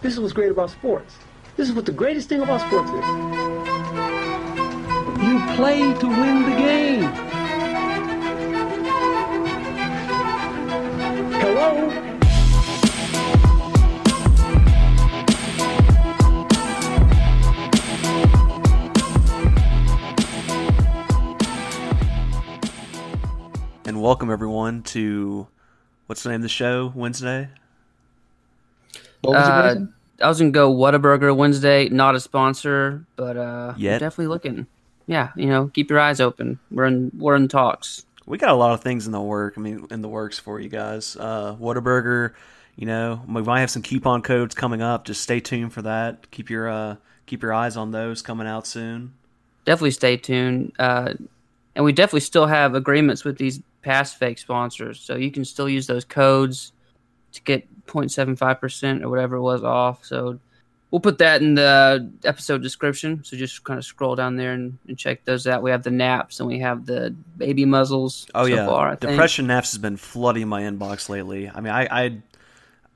This is what's great about sports. This is what the greatest thing about sports is. You play to win the game. Hello? And welcome everyone to what's the name of the show? Wednesday? What was Uh, it, Grayson? I was gonna go Whataburger Wednesday, not a sponsor, but uh, we're Yet. definitely looking. Yeah, you know, keep your eyes open. We're in we're in talks. We got a lot of things in the work. I mean, in the works for you guys. Uh, Whataburger, you know, we might have some coupon codes coming up. Just stay tuned for that. Keep your uh, keep your eyes on those coming out soon. Definitely stay tuned, uh, and we definitely still have agreements with these past fake sponsors, so you can still use those codes to get 0.75 percent or whatever it was off. So we'll put that in the episode description. So just kind of scroll down there and, and check those out. We have the naps and we have the baby muzzles. Oh so yeah, far, I think. depression naps has been flooding my inbox lately. I mean, I, I,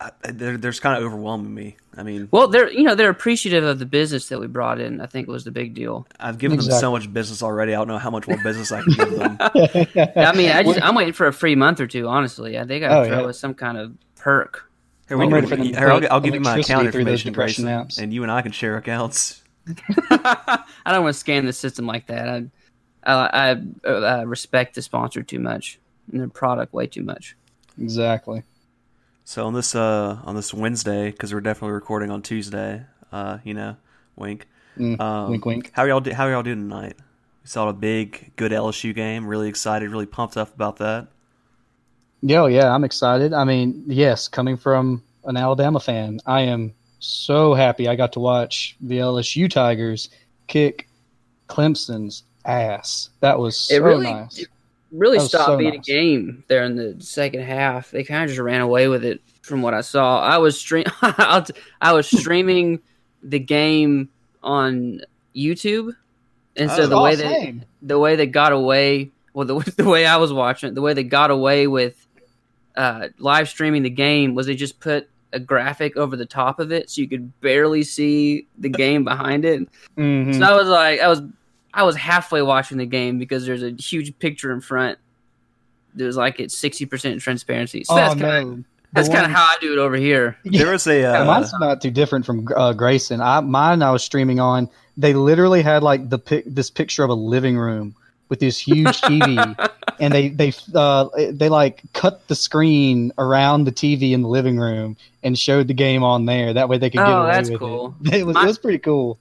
I they're, they're just kind of overwhelming me. I mean, Well, they're you know they're appreciative of the business that we brought in. I think was the big deal. I've given them so much business already. I don't know how much more business I can give them. I mean, I just, I'm waiting for a free month or two. Honestly, I think I Oh, throw yeah. us some kind of perk. Here, we, I'm ready for them to here, I'll, put I'll give you my account electricity through those information, depression Grayson, apps. and you and I can share accounts. I don't want to scan the system like that. I I, I uh, respect the sponsor too much and their product way too much. Exactly. So on this uh on this Wednesday, because we're definitely recording on Tuesday, uh, you know, wink. Mm, Um, wink, wink. How are y'all? Do, how are y'all doing tonight? We saw a big, good LSU game. Really excited. Really pumped up about that. Yeah, oh, yeah, I'm excited. I mean, yes, coming from an Alabama fan, I am so happy I got to watch the LSU Tigers kick Clemson's ass. That was so It really- nice. it Really That was stopped so being nice. a game there in the second half. They kind of just ran away with it from what I saw. I was stream I'll t- I was streaming the game on YouTube, and so Oh, the way All that same. the way they got away well the, the way i was watching it the way they got away with uh, live streaming the game was they just put a graphic over the top of it so you could barely see the game behind it Mhm. so i was like i was i was halfway watching the game because there's a huge picture in front that was like it's 60% transparency so oh, that's kind of no. The that's kind one- of how i do it over here Yeah. There was a Yeah, uh, mine's not too different from uh, Grayson. I, mine I was streaming on. They literally had like the pic, this picture of a living room with this huge TV, and they they uh, they like cut the screen around the TV in the living room and showed the game on there. That way they could get Oh, away that's with it. cool. It was, My- it was pretty cool.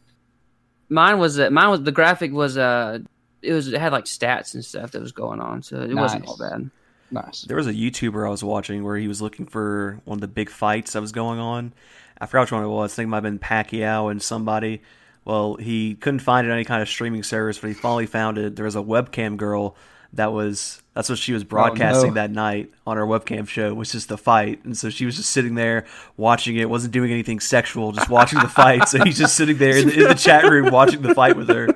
mine was uh, mine was the graphic was uh it was it had like stats and stuff that was going on so it wasn't Nice. all bad Nice. there was a YouTuber I was watching where he was looking for one of the big fights that was going on. I forgot which one it was. I think it might have been Pacquiao and somebody. Well, he couldn't find it on any kind of streaming service, but he finally found it. There was a webcam girl that was that's what Oh, she was broadcasting that night on her webcam show was just the fight. And so she was just sitting there watching it, wasn't doing anything sexual, just watching the fight. So he's just sitting there in the, in the chat room watching the fight with her.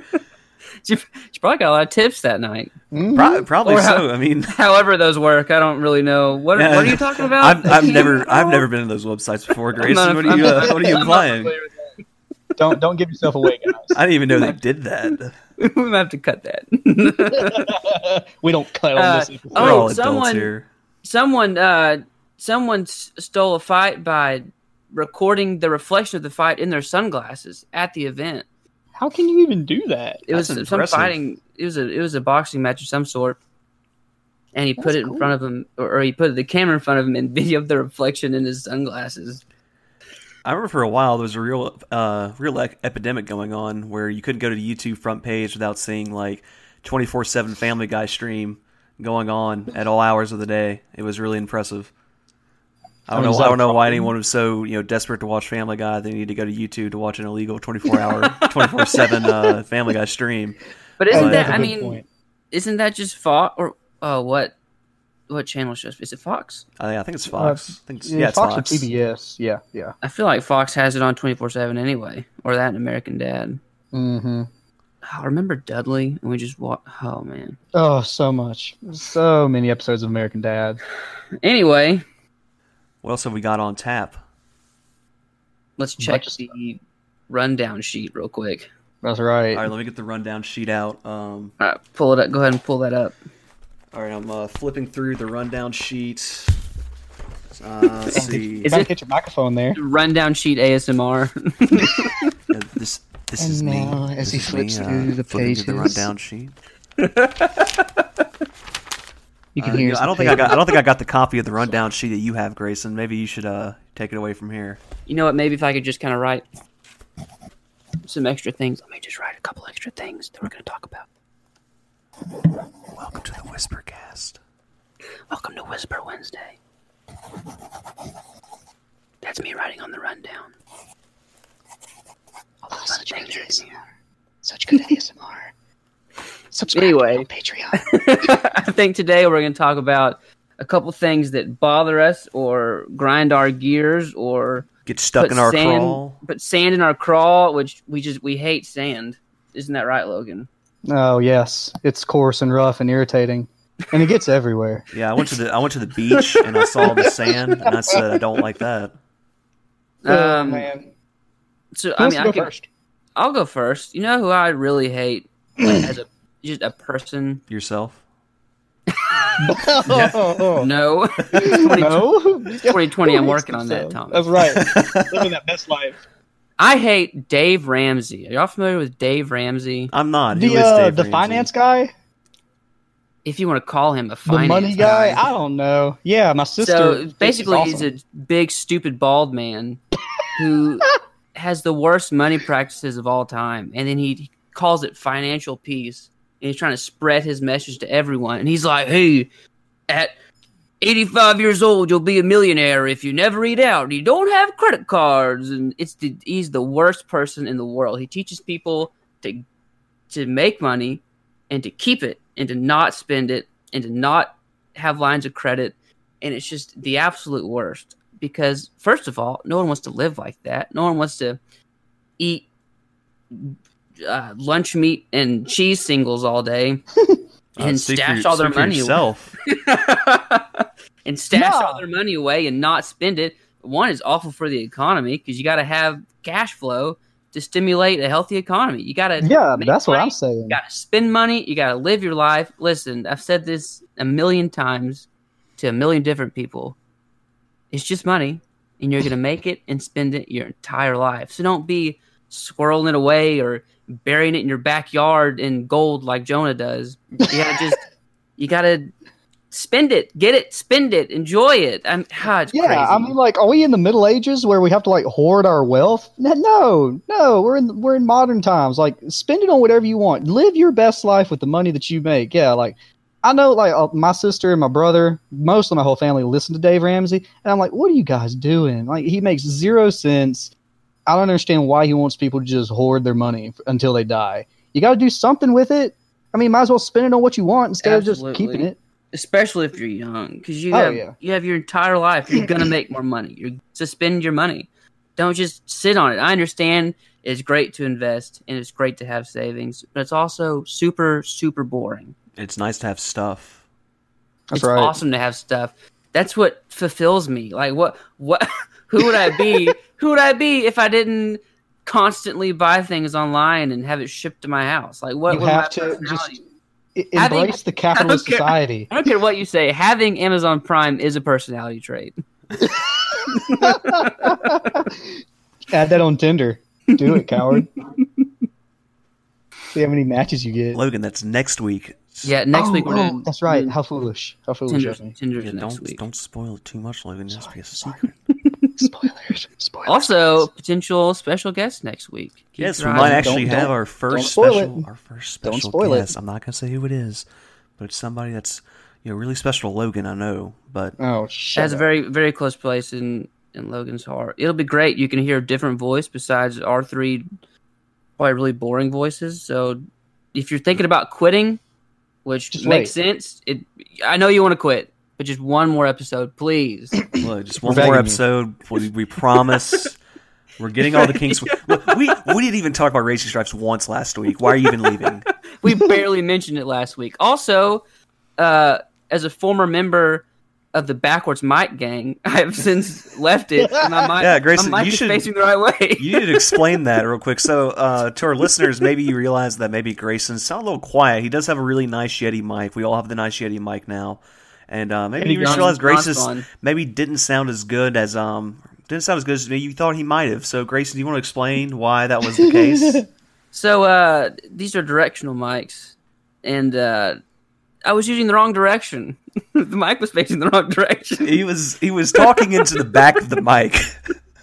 she, she probably got a lot of tips that night. Mhm. Pro- probably Or how- so. I mean, However, those work. I don't really know. What, Yeah. what are you talking about? I've, I've Okay. never I've never been to those websites before, Grace. not- What are you uh, What are you implying? Don't don't give yourself away, guys. I didn't even know they did that. we might have to cut that. we don't cut on Uh, this. episode. We're Oh, all adults someone- here. someone, uh, someone s- stole a fight by recording the reflection of the fight in their sunglasses at the event. How can you even do that? It That's was some impressive. fighting. It was a it was a boxing match of some sort, and he put That's it in cool. front of him, or, or he put the camera in front of him and videoed the reflection in his sunglasses. I remember for a while there was a real uh, real ec- epidemic going on where you couldn't go to the YouTube front page without seeing like twenty four seven Family Guy stream going on at all hours of the day. It was really impressive. I don't Oh, is know. that I a don't know why problem? anyone was so you know desperate to watch Family Guy. They need to go to YouTube to watch an illegal twenty four hour twenty four seven uh, Family Guy stream. But isn't Oh, that's a that? I good mean, isn't that just Fox or oh what? What channel shows? Is it Fox? I think, I think it's Fox. I think it's, yeah, Uh, yeah, it's Fox, Fox. or TBS. Yeah, yeah. I feel like Fox has it on 24 7 anyway, or that and American Dad. Oh, Mm-hmm. I remember Dudley, and we just walked. Oh, man. Oh, so much. So many episodes of American Dad. Anyway, What else have we got on tap? Let's check Bunch of the rundown sheet real quick. That's right. All right, let me get the rundown sheet out. Um, All right, pull it up. Go ahead and pull that up. all right, I'm uh, flipping through the rundown sheet. Uh, let's see, Is Try to it- get your microphone there? Rundown sheet ASMR. Uh, this this And is me. now, as This he is flips me, uh, through the flipping through the pages. rundown sheet. You Uh, can hear. you know, us I don't in think the I got. I don't think I got the copy of the rundown sheet that you have, Grayson. Maybe you should uh, take it away from here. you know what? Maybe if I could just kind of write some extra things. Let me just write a couple extra things that we're going to talk about. Welcome to the Whispercast. Welcome to Whisper Wednesday. That's me writing on the rundown. Oh, All the fun things are in here. Such good ASMR. Subscribe Anyway. to our Patreon. I think today we're going to talk about a couple things that bother us or grind our gears or Get stuck in our sand, crawl. put sand in our crawl, which we just we hate sand. Isn't that right, Logan? Oh yes, it's coarse and rough and irritating, and it gets everywhere. Yeah, I went to the I went to the beach and I saw the sand and I said I don't like that. Um, So I mean, I could, Oh, first? I'll go first. You know who I really hate like, as a just a person? Yourself. No, Oh. no, 2020. I'm working on that, Tom. That's right. Living that best life. I hate Dave Ramsey. Are y'all familiar with Dave Ramsey? I'm not. Who The is uh, Dave the Ramsey? finance guy, If you want to call him a the finance money guy. I don't know. Yeah, my sister. So basically, he's a big, stupid, bald man who has the worst money practices of all time, and then he calls it financial peace, and he's trying to spread his message to everyone. And he's like, "Hey, at 85 years old, you'll be a millionaire if you never eat out. You don't have credit cards." And it's the, he's the worst person in the world. He teaches people to to make money and to keep it and to not spend it and to not have lines of credit and it's just the absolute worst because first of all no one wants to live like that no one wants to eat uh, lunch meat and cheese singles all day and speak for stash Uh, your- all their speak for money away. Yourself. and stash all No. their money away and not spend it one is awful for the economy because you got to have cash flow to stimulate a healthy economy you got to yeah, make that's what money. I'm saying. You gotta spend money. You gotta live your life. Listen, I've said this a million times to a million different people. It's just money, and you're gonna make it and spend it your entire life. So don't be swirling it away or burying it in your backyard in gold like Jonah does. You gotta just, you gotta spend it, get it, spend it, enjoy it. I'm, ah, it's Yeah, crazy. I mean, like, are we in the Middle Ages where we have to like hoard our wealth? N- No, no, we're in we're in modern times. Like, spend it on whatever you want. Live your best life with the money that you make. Yeah, like, I know, like, uh, my sister and my brother, most of my whole family listen to Dave Ramsey, and I'm like, what are you guys doing? Like, he makes zero sense. I don't understand why he wants people to just hoard their money f- until they die. You got to do something with it. I mean, might as well spend it on what you want instead of just Absolutely. keeping it. especially if you're young, because you Oh, have yeah. you have your entire life. You're gonna make more money. You're to spend your money. Don't just sit on it. I understand it's great to invest and it's great to have savings, but it's also super super boring. It's nice to have stuff. That's it's right. awesome to have stuff. That's what fulfills me. Like what what who would I be? who would I be if I didn't constantly buy things online and have it shipped to my house? Like what you would have my to just personality e- Having- embrace the capitalist Okay. society. I don't care what you say. Having Amazon Prime is a personality trait. Add that on Tinder. Do it, coward. See how many matches you get. Logan, that's next week. Yeah, next Oh, week we're oh, doing that's right. doing How foolish. How foolish Tinder's, of me. Tinder's Yeah, next don't week. don't spoil it too much, Logan. That's be a sorry. secret. Spoilers. Spoilers. Also, potential special guest next week. Keep Yes, we your might eyes- actually don't- have don't- our first spoil special. it. Our first Don't special spoil it. guest. I'm not gonna say who it is, but it's somebody that's you know really special. to Logan, I know, but Oh It shit. has a very very close place in in Logan's heart. It'll be great. You can hear a different voice besides our three probably really boring voices. So if you're thinking about quitting, which Just makes sense, it I know you want to quit, but just one more episode, please. Look, just We're one more begging you. episode. We, we promise. We're getting all the kinks. Look, we we didn't even talk about racing stripes once last week. Why are you even leaving? we barely mentioned it last week. Also, uh, as a former member of the backwards mic gang. I have since left it. and My mic, Yeah, Grayson, my mic you is should- facing the right way. You need to explain that real quick. So, uh, to our listeners, maybe you realize that maybe Grayson sound a little quiet. He does have a really nice Yeti mic. We all have the nice Yeti mic now, and uh, maybe Maybe you just John's- realize John's Grayson gone. maybe didn't sound as good as um didn't sound as good as you thought he might have. So, Grayson, do you want to explain why that was the case? So uh, these are directional mics, and uh, I was using the wrong direction. the mic was facing the wrong direction. he was he was talking into the back of the mic.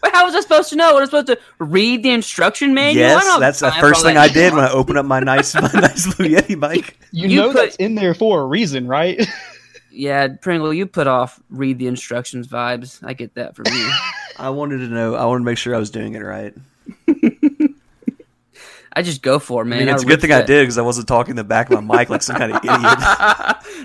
But how was I supposed to know? Was I supposed to read the instruction manual? I don't yes, have that's the time for first all thing that I shit. did when I opened up my nice my nice blue Yeti mic. You, You know put- that's in there for a reason, right? Yeah, Pringle, you put off read the instructions vibes. I get that from you. I wanted to know. I wanted to make sure I was doing it right. I just go for it, man. I mean, it's a good ripped thing I it. did because I wasn't talking the back of my mic like some kind of idiot.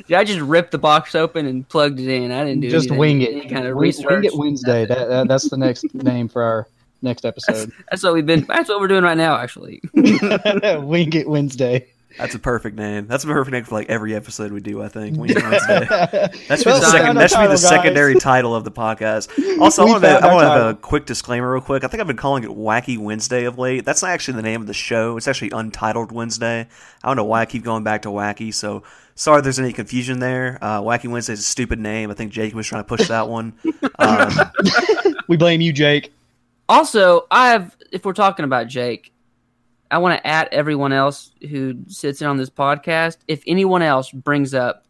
yeah, I just ripped the box open and plugged it in. I didn't do Just anything- wing any it. kind of wing, research. wing it Wednesday. That, that, that's the next name for our next episode. That's what we've been. That's what we're doing right now, actually. wing it Wednesday. That's a perfect name. That's a perfect name for like every episode we do. I think. Wing It Wednesday. That should be That's the, Well, second, found that should be the secondary title of the podcast. Also, I We want to found I our want to have a title. quick disclaimer real quick. I think I've been calling it Wacky Wednesday of late. That's not actually the name of the show. It's actually Untitled Wednesday. I don't know why I keep going back to Wacky. So sorry if there's any confusion there. Uh, Wacky Wednesday is a stupid name. I think Jake was trying to push that one. Um, We blame you, Jake. Also, I have. If we're talking about Jake, I want to at everyone else who sits in on this podcast. If anyone else brings up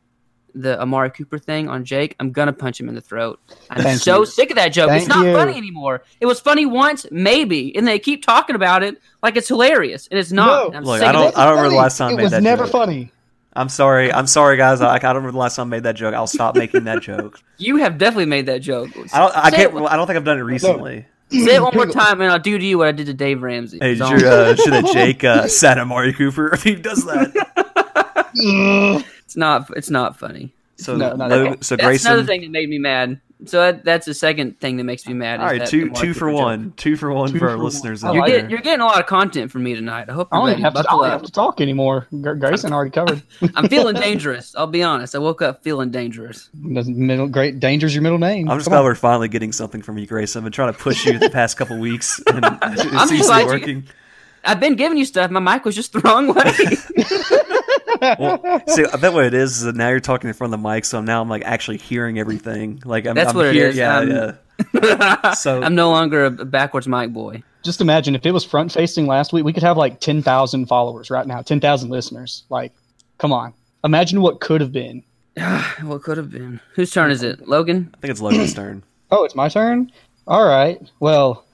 the Amari Cooper thing on Jake, I'm gonna punch him in the throat. I'm Thank so you. sick of that joke. it's Thank not you. funny anymore. It was funny once, maybe, and they keep talking about it like it's hilarious, and it's not. No. I'm Look, sick I of don't- it. That's I remember the funny. last time I It made was that never joke. funny. I'm sorry. I'm sorry, guys. I, I don't remember the last time I made that joke. I'll stop making that joke. You have definitely made that joke. I don't. I say, can't. it, one- I don't think I've done it recently. say it one more time, and I'll do to you what I did to Dave Ramsey. Hey, Don't. should, uh, should have Jake uh, sat Amari Cooper if he does that? Ugh. it's not. It's not funny. So, No, not at Logan- all. so That's Grayson. another thing that made me mad. So that, that's the second thing that makes me mad. All right, two two for one, two for one Two for our for one. listeners. I out You're, like there. get, you're getting a lot of content from me tonight. I hope I you're don't ready. even have to, I Buckle don't up. have to talk anymore. Gr- Grayson already covered. I'm feeling dangerous. I'll be honest. I woke up feeling dangerous. That's Middle, great danger's your middle name. I'm just Come glad on. we're finally getting something from you, Grace. I've been trying to push you the past couple weeks, and it just seems to glad be you- working. I've been giving you stuff. My mic was just the wrong way. Well, see, I bet what it is is that now you're talking in front of the mic, so now I'm like actually hearing everything. Like I'm, That's I'm what it here- is. Yeah, Um, yeah. So- I'm no longer a backwards mic boy. Just imagine if it was front facing last week, we could have like 10,000 followers right now, 10,000 listeners. Like, come on. Imagine what could have been. what could have been? Whose turn is it? Logan. I think it's Logan's turn. Oh, it's my turn? All right. Well,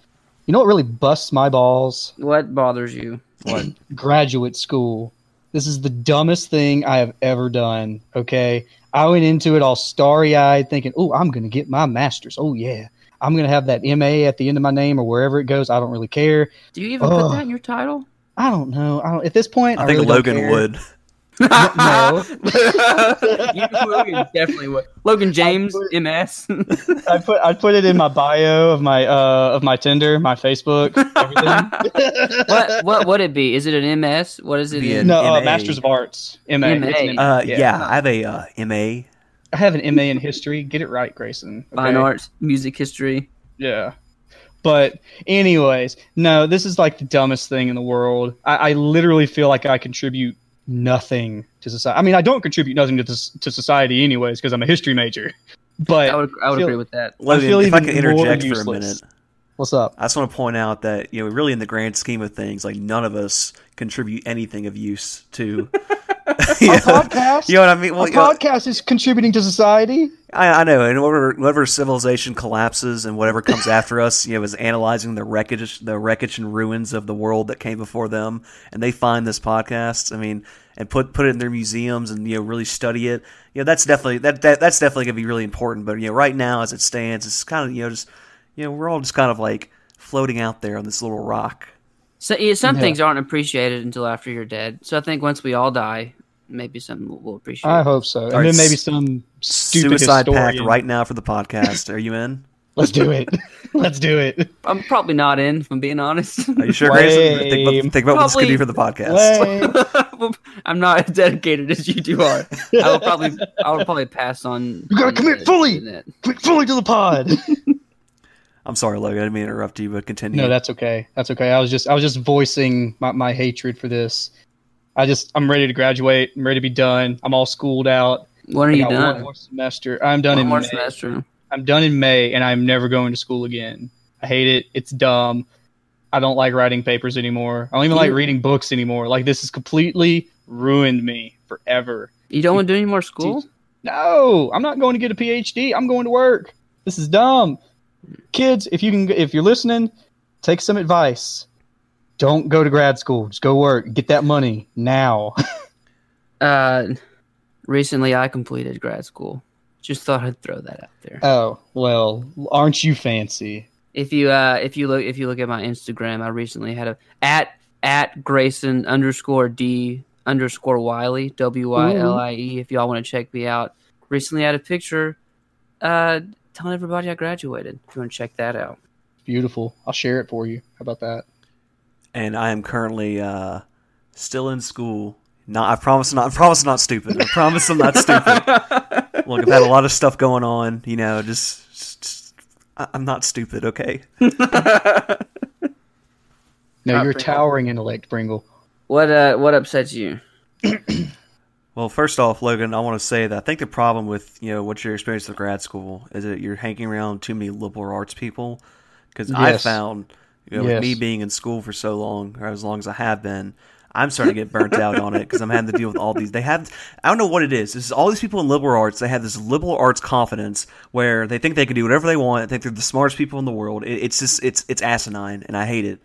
you know what really busts my balls? What bothers you? What? Graduate school. This is the dumbest thing I have ever done. Okay. I went into it all starry eyed thinking, oh, I'm going to get my master's. Oh, yeah. I'm going to have that MA at the end of my name or wherever it goes. I don't really care. Do you even Ugh. put that in your title? I don't know. I don't, at this point, I think really don't Logan care. would. No. you, Logan definitely would. Logan James, MS. I put I put it in my bio of my uh of my Tinder, my Facebook, everything. what what would it be? Is it an MS? What is it? Be In? an no, uh, MA. Masters of Arts, MA. MA. It's an MA. Uh, yeah. Yeah. I have a uh, MA. I have an MA in history. Get it right, Grayson. okay? Fine arts, music history. Yeah. But anyways, no, this is like the dumbest thing in the world. I, I literally feel like I contribute nothing to society. I mean, I don't contribute nothing to this, to society anyways because I'm a history major. But I would I would feel- agree with that. Logan, feel if I even can more interject for a useless. minute. what's up? I just want to point out that you know, really, in the grand scheme of things, like none of us contribute anything of use to you, Our know, podcast. you know what I mean. Well, Our you know, podcast is contributing to society. I, I know, and whatever, whatever civilization collapses and whatever comes after us, you know, is analyzing the wreckage, the wreckage and ruins of the world that came before them, and they find this podcast. I mean, and put put it in their museums and you know really study it. You know, that's definitely that, that that's definitely gonna be really important. But you know, right now as it stands, it's kind of you know just you know we're all just kind of like floating out there on this little rock. So yeah, some Yeah. things aren't appreciated until after you're dead. So I think once we all die, maybe something we'll, we'll appreciate. I hope so. And right, then maybe s- some stupid suicide pact historian. right now for the podcast. Are you in? Let's do it. Let's do it. I'm probably not in, if I'm being honest. Are you sure, Grayson? Think Lame. about, think about what this could Probably- do for the podcast. Hey. I'm not as dedicated as you two are. I will probably, I will probably pass on. You gotta on commit the- fully! on it. Quick, fully to the pod. I'm sorry, Logan. I didn't mean to interrupt you, but continue. no, that's okay. That's okay. I was just I was just voicing my, my hatred for this. I just I'm ready to graduate. I'm ready to be done. I'm all schooled out. When are I you got One done? more semester. I'm done One in more May. semester. I'm done in May, and I'm never going to school again. I hate it. It's dumb. I don't like writing papers anymore. I don't even like You- reading books anymore. Like this has completely ruined me forever. You don't want to do any more school? No, I'm not going to get a PhD. I'm going to work. This is dumb. Kids, if you can, if you're listening, take some advice. Don't go to grad school. Just go work. Get that money now. Uh, recently I completed grad school. Just thought I'd throw that out there. oh well, aren't you fancy? If you uh, if you look if you look at my Instagram, I recently had a at at Grayson underscore D underscore Wiley W Y L I E. If y'all want to check me out, recently I had a picture uh, telling everybody I graduated. If you want to check that out, Beautiful. I'll share it for you. How about that? And I am currently uh, still in school. Not, I promise I'm not. I promise I'm not stupid. I promise I'm not stupid. Look, I've had a lot of stuff going on. You know, just, just- just I- I'm not stupid. Okay. No, Not you're a Pringle. towering intellect, Pringle. what uh, what upsets you? Well, first off, Logan, I want to say that I think the problem with you know what's your experience with grad school is that you're hanging around too many liberal arts people. Because I Yes. found, you know, with me Yes. being in school for so long, or as long as I have been, I'm starting to get burnt out on it because I'm having to deal with all these. They have, I don't know what it is. This is all these people in liberal arts. They have this liberal arts confidence where they think they can do whatever they want. They think they're the smartest people in the world. It, it's just, it's, it's asinine, and I hate it.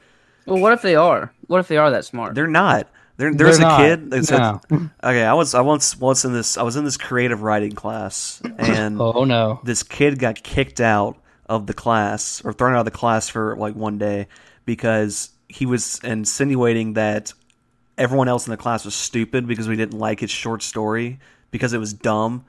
Well, what if they are? What if they are that smart? They're not. There, there's They're a not. kid. That's No. okay, I was I once once in this I was in this creative writing class and Oh no. this kid got kicked out of the class or thrown out of the class for like one day because he was insinuating that everyone else in the class was stupid because we didn't like his short story because it was dumb.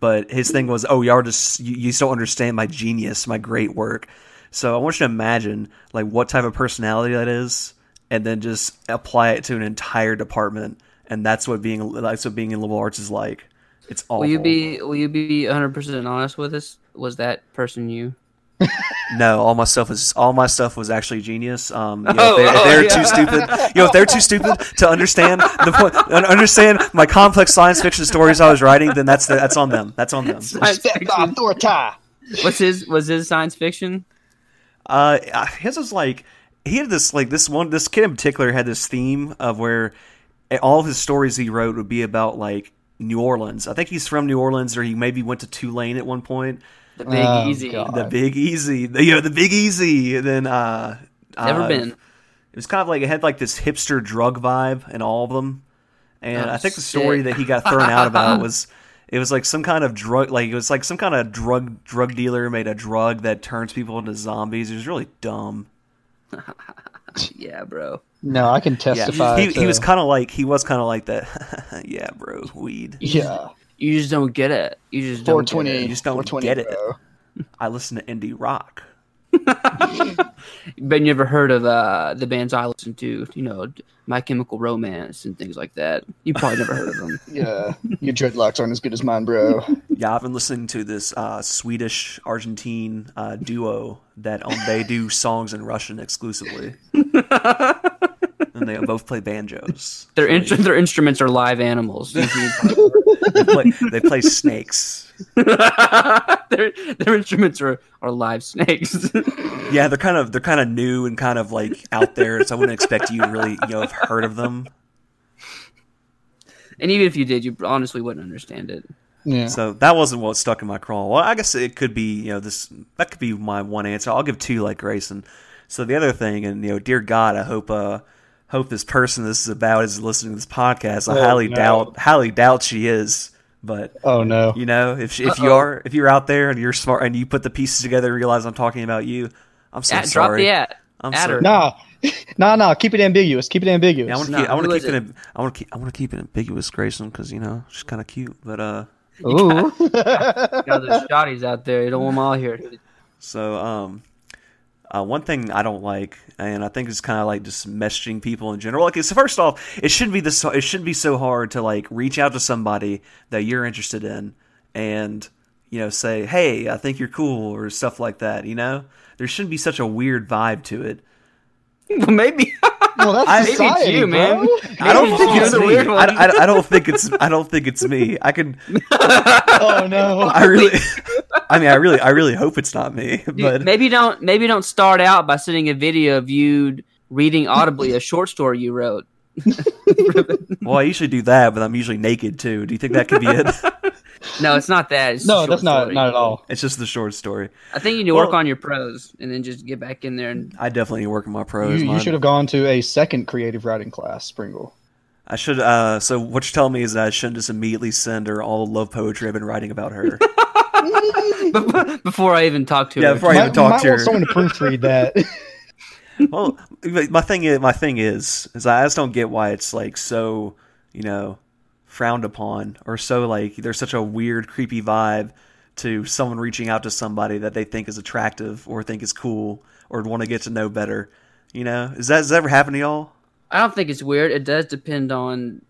But his thing was, oh, y'all are just you, you just don't understand my genius, my great work. So I want you to imagine like what type of personality that is, and then just apply it to an entire department, and that's what being that's what being in liberal arts is like. It's awful. Will you be will you be 100% honest with us? Was that person you? No, all my stuff was all my stuff was actually genius. Um, you know, Oh, if they're, oh, if they're yeah. too stupid, you know, if they're too stupid to understand the point, un- understand my complex science fiction stories I was writing, then that's the, that's on them. That's on them. Respect the authority. What's his was his science fiction? Uh, his was like he had this like this one this kid in particular had this theme of where all of his stories he wrote would be about like New Orleans. I think he's from New Orleans, or he maybe went to Tulane at one point. The Big Oh, Easy. God. The Big Easy, the, you know, the Big Easy. And then uh, Never uh, been. it was kind of like it had like this hipster drug vibe in all of them and Oh, i think the story sick. that he got thrown out about was it was like some kind of drug like it was like some kind of drug drug dealer made a drug that turns people into zombies it was really dumb Yeah, bro. No, I can testify. he, he to- was kind of like he was kind of like that yeah bro weed Yeah. You just don't get it. You just don't get it. You just don't 420, get it. bro. i listen to indie rock But you never heard of uh, the bands I listen to, you know, My Chemical Romance and things like that. You probably never heard of them. Yeah. Your dreadlocks aren't as good as mine, bro. yeah i've been listening to this uh, swedish argentine uh, duo that um, they do songs in russian exclusively and they both play banjos Their in- their instruments are live animals. You can- they play, they play snakes. their their instruments are, are live snakes. Yeah, they're kind of they're kind of new and kind of like out there, so I wouldn't expect you to really you know have heard of them. and even if you did, you honestly wouldn't understand it. Yeah. So that wasn't what stuck in my crawl. Well, I guess it could be you know this that could be my one answer. I'll give two like Grayson. So the other thing, and you know, dear God, I hope uh hope this person this is about is listening to this podcast. I Oh, highly no. doubt highly doubt she is, but. oh no. You know, if if you Uh-oh. are if you're out there and you're smart and you put the pieces together and realize I'm talking about you, I'm so At, drop sorry. the at. I'm at sorry. her. Nah. Nah, nah. Keep it ambiguous. Keep it ambiguous. Yeah, I want to No, keep. I want who to is keep it. am- I want to keep. I want to keep it ambiguous, Grayson, because you know she's kind of cute. But uh, Ooh. You know, there's shotties out there. You don't want them all here. So, um, uh, one thing I don't like, and I think it's kind of like just messaging people in general. Like, it's, first off, it shouldn't be this. It shouldn't be so hard to like reach out to somebody that you're interested in, and you know, say, "Hey, I think you're cool," or stuff like that. You know, there shouldn't be such a weird vibe to it. Well, maybe. Well, that's I- Maybe society, it's you, bro. man. I don't Maybe think it's it's a me. weird I, one. I, I don't think it's. I don't think it's me. I could. Oh no. I really. I mean, I really. I really hope it's not me. Dude, But maybe don't maybe don't start out by sending a video of you reading audibly a short story you wrote. well, I usually do that, but I'm usually naked too. Do you think that could be it? No, it's not that. It's No, a that's short not story. not at all. it's just the short story. I think you need to work Well- on your pros and then just get back in there and I definitely need to work on my You, pros. you mine- should have gone to a second creative writing class, Springle. I should. Uh, so what you're telling me is that I shouldn't just immediately send her all the love poetry I've been writing about her. before I even talk to Yeah, her. before I might, even talk might to want her. someone to proofread that. well, my thing is, my thing is, is I just don't get why it's like so, you know, frowned upon or so like there's such a weird, creepy vibe to someone reaching out to somebody that they think is attractive or think is cool or want to get to know better. You know, is that has that ever happened to y'all? I don't think it's weird. It does depend on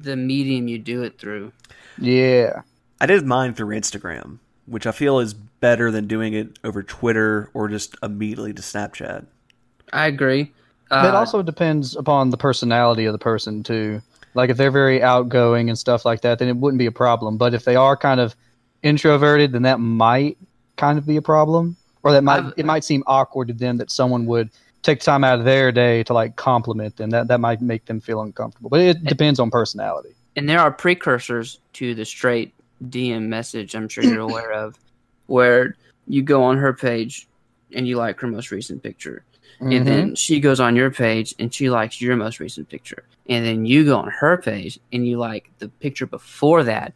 the medium you do it through. yeah. I did mine through Instagram, which I feel is better than doing it over Twitter or just immediately to Snapchat. I agree. Uh, That also depends upon the personality of the person too. Like if they're very outgoing and stuff like that, then it wouldn't be a problem. But if they are kind of introverted, then that might kind of be a problem, or that might I've- it might seem awkward to them that someone would take time out of their day to like compliment them. That that might make them feel uncomfortable. But it depends on personality. and there are precursors to the straight DM message. I'm sure you're aware of, where you go on her page and you like her most recent picture, and Mm-hmm. then she goes on your page and she likes your most recent picture, and then you go on her page and you like the picture before that,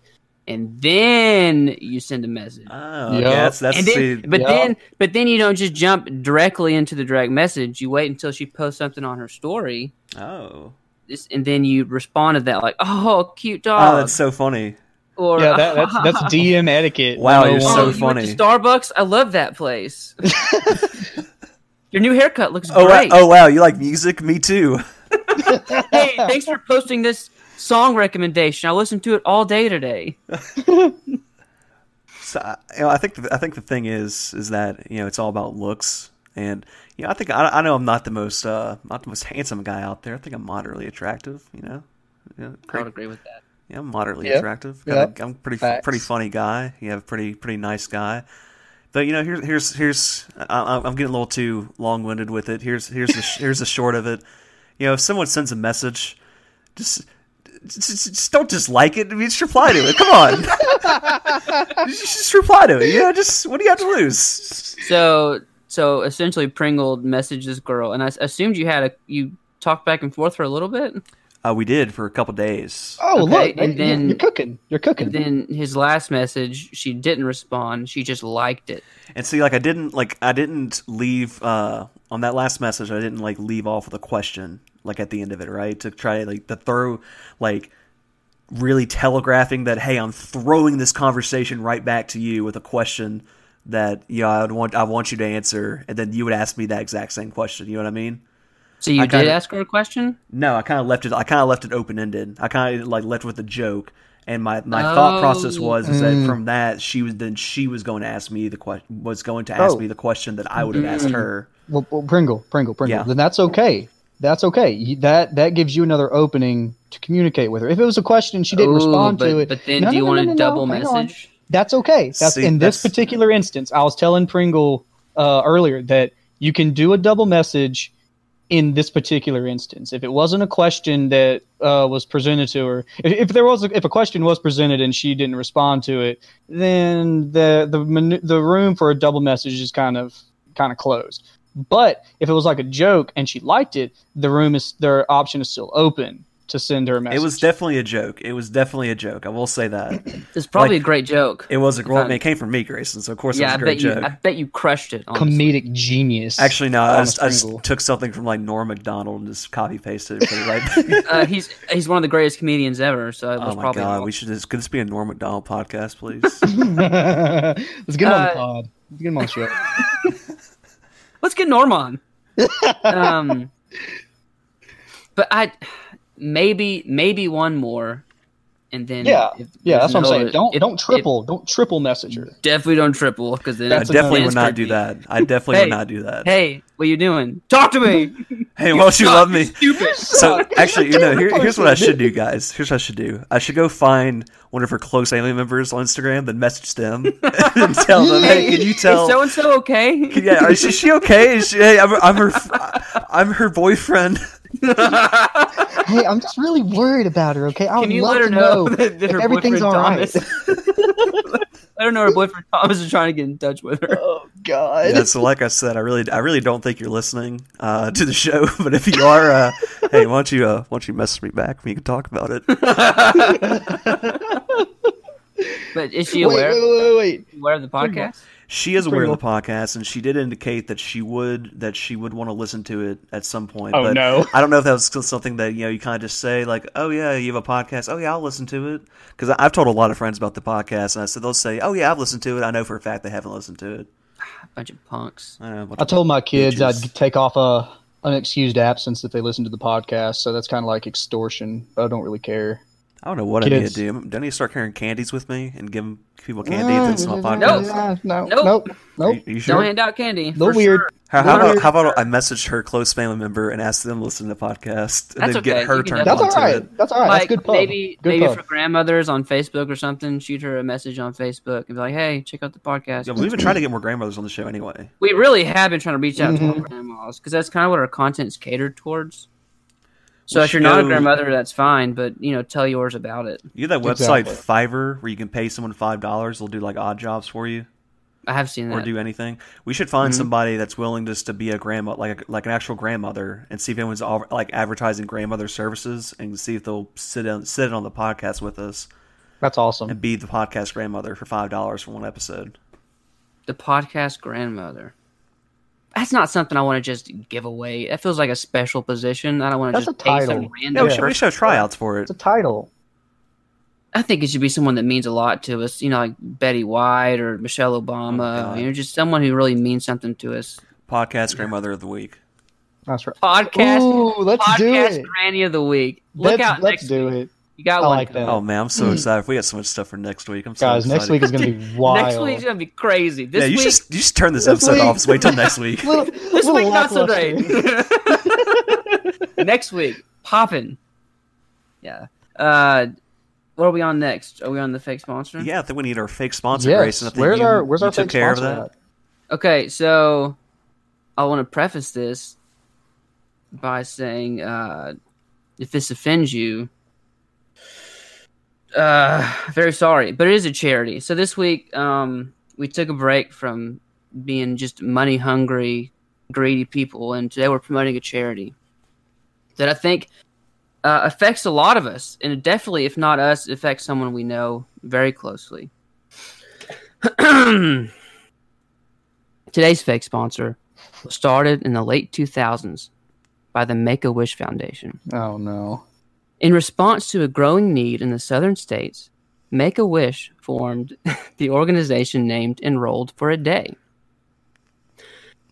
and then you send a message. Oh, Yeah. yeah, that's that's and see, then, but yeah. then, but then you don't just jump directly into the direct message. You wait until she posts something on her story, oh, this, and then you respond to that like, "Oh, cute dog," oh, that's so funny. or yeah, that, that's that's DM etiquette. Wow, you're Oh, so 101. you went funny. to Starbucks. I love that place. Your new haircut looks Oh, wow, great. oh wow, you like music? Me too. Hey, thanks for posting this song recommendation. I listened to it all day today. So I- you know, I think the, I think the thing is is that you know it's all about looks, and you know I think I, I know I'm not the most uh, not the most handsome guy out there. I think I'm moderately attractive. You know, yeah, I would pretty, agree with that. yeah I'm moderately Yeah. attractive. Yeah. Got a- I'm pretty Facts. pretty funny guy. You have a pretty pretty nice guy. But you know here's here's here's I, I'm getting a little too long winded with it. Here's here's the here's the short of it. You know if someone sends a message, just. Just, just don't dislike it. I mean, just reply to it. Come on. just, just reply to it. You know, just what do you have to lose? So, so essentially, Pringle messaged this girl, and I s- assumed you had a you talked back and forth for a little bit. Uh, we did for a couple days. Oh Okay, look, and you- then- you're cooking. You're cooking. And then his last message, she didn't respond. She just liked it. And see, like I didn't like I didn't leave uh, on that last message. I didn't like leave off with a question like at the end of it, right? To try like to throw like really telegraphing that hey, I'm throwing this conversation right back to you with a question that you know I would want I want you to answer, and then you would ask me that exact same question. You know what I mean? So you I did kinda- ask her a question. No, I kind of left it. I kind of left it open ended. I kind of like left with a joke, and my, my thought process Oh. was is that from that she was then she was going to ask me the question was going to ask Oh. me the question that I would have Mm. asked her. Well, well, Pringle, Pringle, Pringle. Yeah. Then that's okay. That's okay. You- That that gives you another opening to communicate with her. If it was a question she didn't Ooh, respond but, to it, But then, No, do no, you no, want no, a no, double hang on. message? That's okay. That's See, in this that's- particular instance. I was telling Pringle uh, earlier that you can do a double message in this particular instance. If it wasn't a question that uh, was presented to her, if, if there was a, if a question was presented and she didn't respond to it, then the the manu- the room for a double message is kind of kind of closed. But if it was like a joke and she liked it, the room is their option is still open to send her a message. It was definitely a joke. It was definitely a joke. I will say that It's probably Like- a great joke. it was a well, I mean, Fun. it came from me, Grayson. So of course yeah, it I was a great bet you. joke. I bet you crushed it. Honestly. comedic genius. Actually, no, I Thomas just, I just Pringle. took something from like Norm Macdonald and just copy pasted it. put it right- Uh, he's he's one of the greatest comedians ever. So it was oh my probably. god, wrong. we should just, could this be a Norm Macdonald podcast, please? Let's get on the Uh, pod. Get him on the show. Let's get Norm on. um, but I maybe maybe one more, and then Yeah, if yeah, that's there's what I'm no- saying. Don't if- don't triple, don't triple messenger. if- definitely don't triple because then I That's it's- definitely then would it's not do creepy. that. I definitely Hey. would not do that. Hey, Hey, what you doing? Talk to me. won't you love me? Stupid. So actually, you know, here, here's what I person. should do, guys. Here's what I should do. I should go find one of her close family members on Instagram, then message them and tell them, "Hey, can you tell? Is so and so okay? can- yeah, is she, is she okay? Is she, hey, I'm, I'm her, f- I'm her boyfriend. Hey, I'm just really worried about her. Okay, I would Can you love let her to know, know, that, if that her everything's boyfriend all right. Thomas? let her know her boyfriend Thomas is trying to get in touch with her. Oh God. Yeah, so like I said, I really, I really don't think you're listening uh, to the show. But if you are, uh, hey, why don't you, uh, why don't you message me back? We can talk about it. But is she Wait, aware, wait, wait, wait. aware of the podcast? She is aware of the podcast, and she did indicate that she would that she would want to listen to it at some point. Oh, but no. I don't know if that was still something that you know you kind of just say like, "Oh yeah, you have a podcast. Oh yeah, I'll listen to it." Because I've told a lot of friends about the podcast, and I said they'll say, "Oh yeah, I've listened to it. I know for a fact they haven't listened to it." A bunch of punks. I, don't know, what I told my kids Bitches. I'd take off a unexcused absence if they listened to the podcast, so that's kind of like extortion. But I don't really care. I don't know what I need kids. to do. Don't I need to start carrying candies with me and give people candy if it's on my No, podcast? no, no, Nope. nope, nope. Are you, are you Don't sure? hand out candy. Little for weird. sure. How, how Don't- about how about I message her close family member and ask them to listen to the podcast, and That's then okay. get You her can turned That's on all to right. it. That's all right. like that's good pub. maybe good maybe pub. for grandmothers on Facebook or something, shoot her a message on Facebook and be like, "Hey, check out the podcast." Yeah, we've been trying to get more grandmothers on the show anyway. we really have been trying to reach out to Mhm. our grandmas because that's kind of what our content's catered towards. So We if you're not a should- grandmother, that's fine, but you know, tell yours about it. You know that website Exactly. Fiverr where you can pay someone five dollars, they'll do like odd jobs for you I have seen or that. do anything. We should find Mm-hmm. somebody that's willing just to be a grandma, like a, like an actual grandmother, and see if anyone's all, like advertising grandmother services, and see if they'll sit on sit in on the podcast with us That's awesome. and be the podcast grandmother for five dollars for one episode. the podcast grandmother. That's not something I want to just give away. That feels like a special position. I don't want to That's just a pay some title. random. Yeah, we Yeah. should we should have tryouts for it. It's a title. I think it should be someone that means a lot to us. You know, like Betty White or Oh Michelle Obama. God. you know, just someone who really means something to us. Podcast grandmother of the week. That's right. Podcast, Ooh, let's do podcast it. granny of the week. Look let's out let's next do week. it, You got I one. like that. Oh man, I'm so excited. We got so much stuff for next week. I'm so guys. Next excited. week is gonna be wild. Next week's gonna be crazy. This yeah, you week, just you just turn this, This episode week- off. Just wait till next week. Little- this little week not so lackluster. great. next week, poppin'. Yeah. Uh, what are we on next? Are we on the fake sponsor? Yeah, I think we need our fake sponsor, Grace. Yes. And I think Where's you, our Where's you our took fake care of sponsor that. at? Okay, so I want to preface this by saying uh, if this offends you, uh, very sorry, but it is a charity. So this week, um, we took a break from being just money hungry, greedy people, and today we're promoting a charity that I think uh, affects a lot of us, and it definitely, if not us, it affects someone we know very closely. Today's fake sponsor was started in the late 2000s by the Make a Wish Foundation. Oh no. In response to a growing need in the southern states, Make a Wish formed the organization named Enrolled for a Day.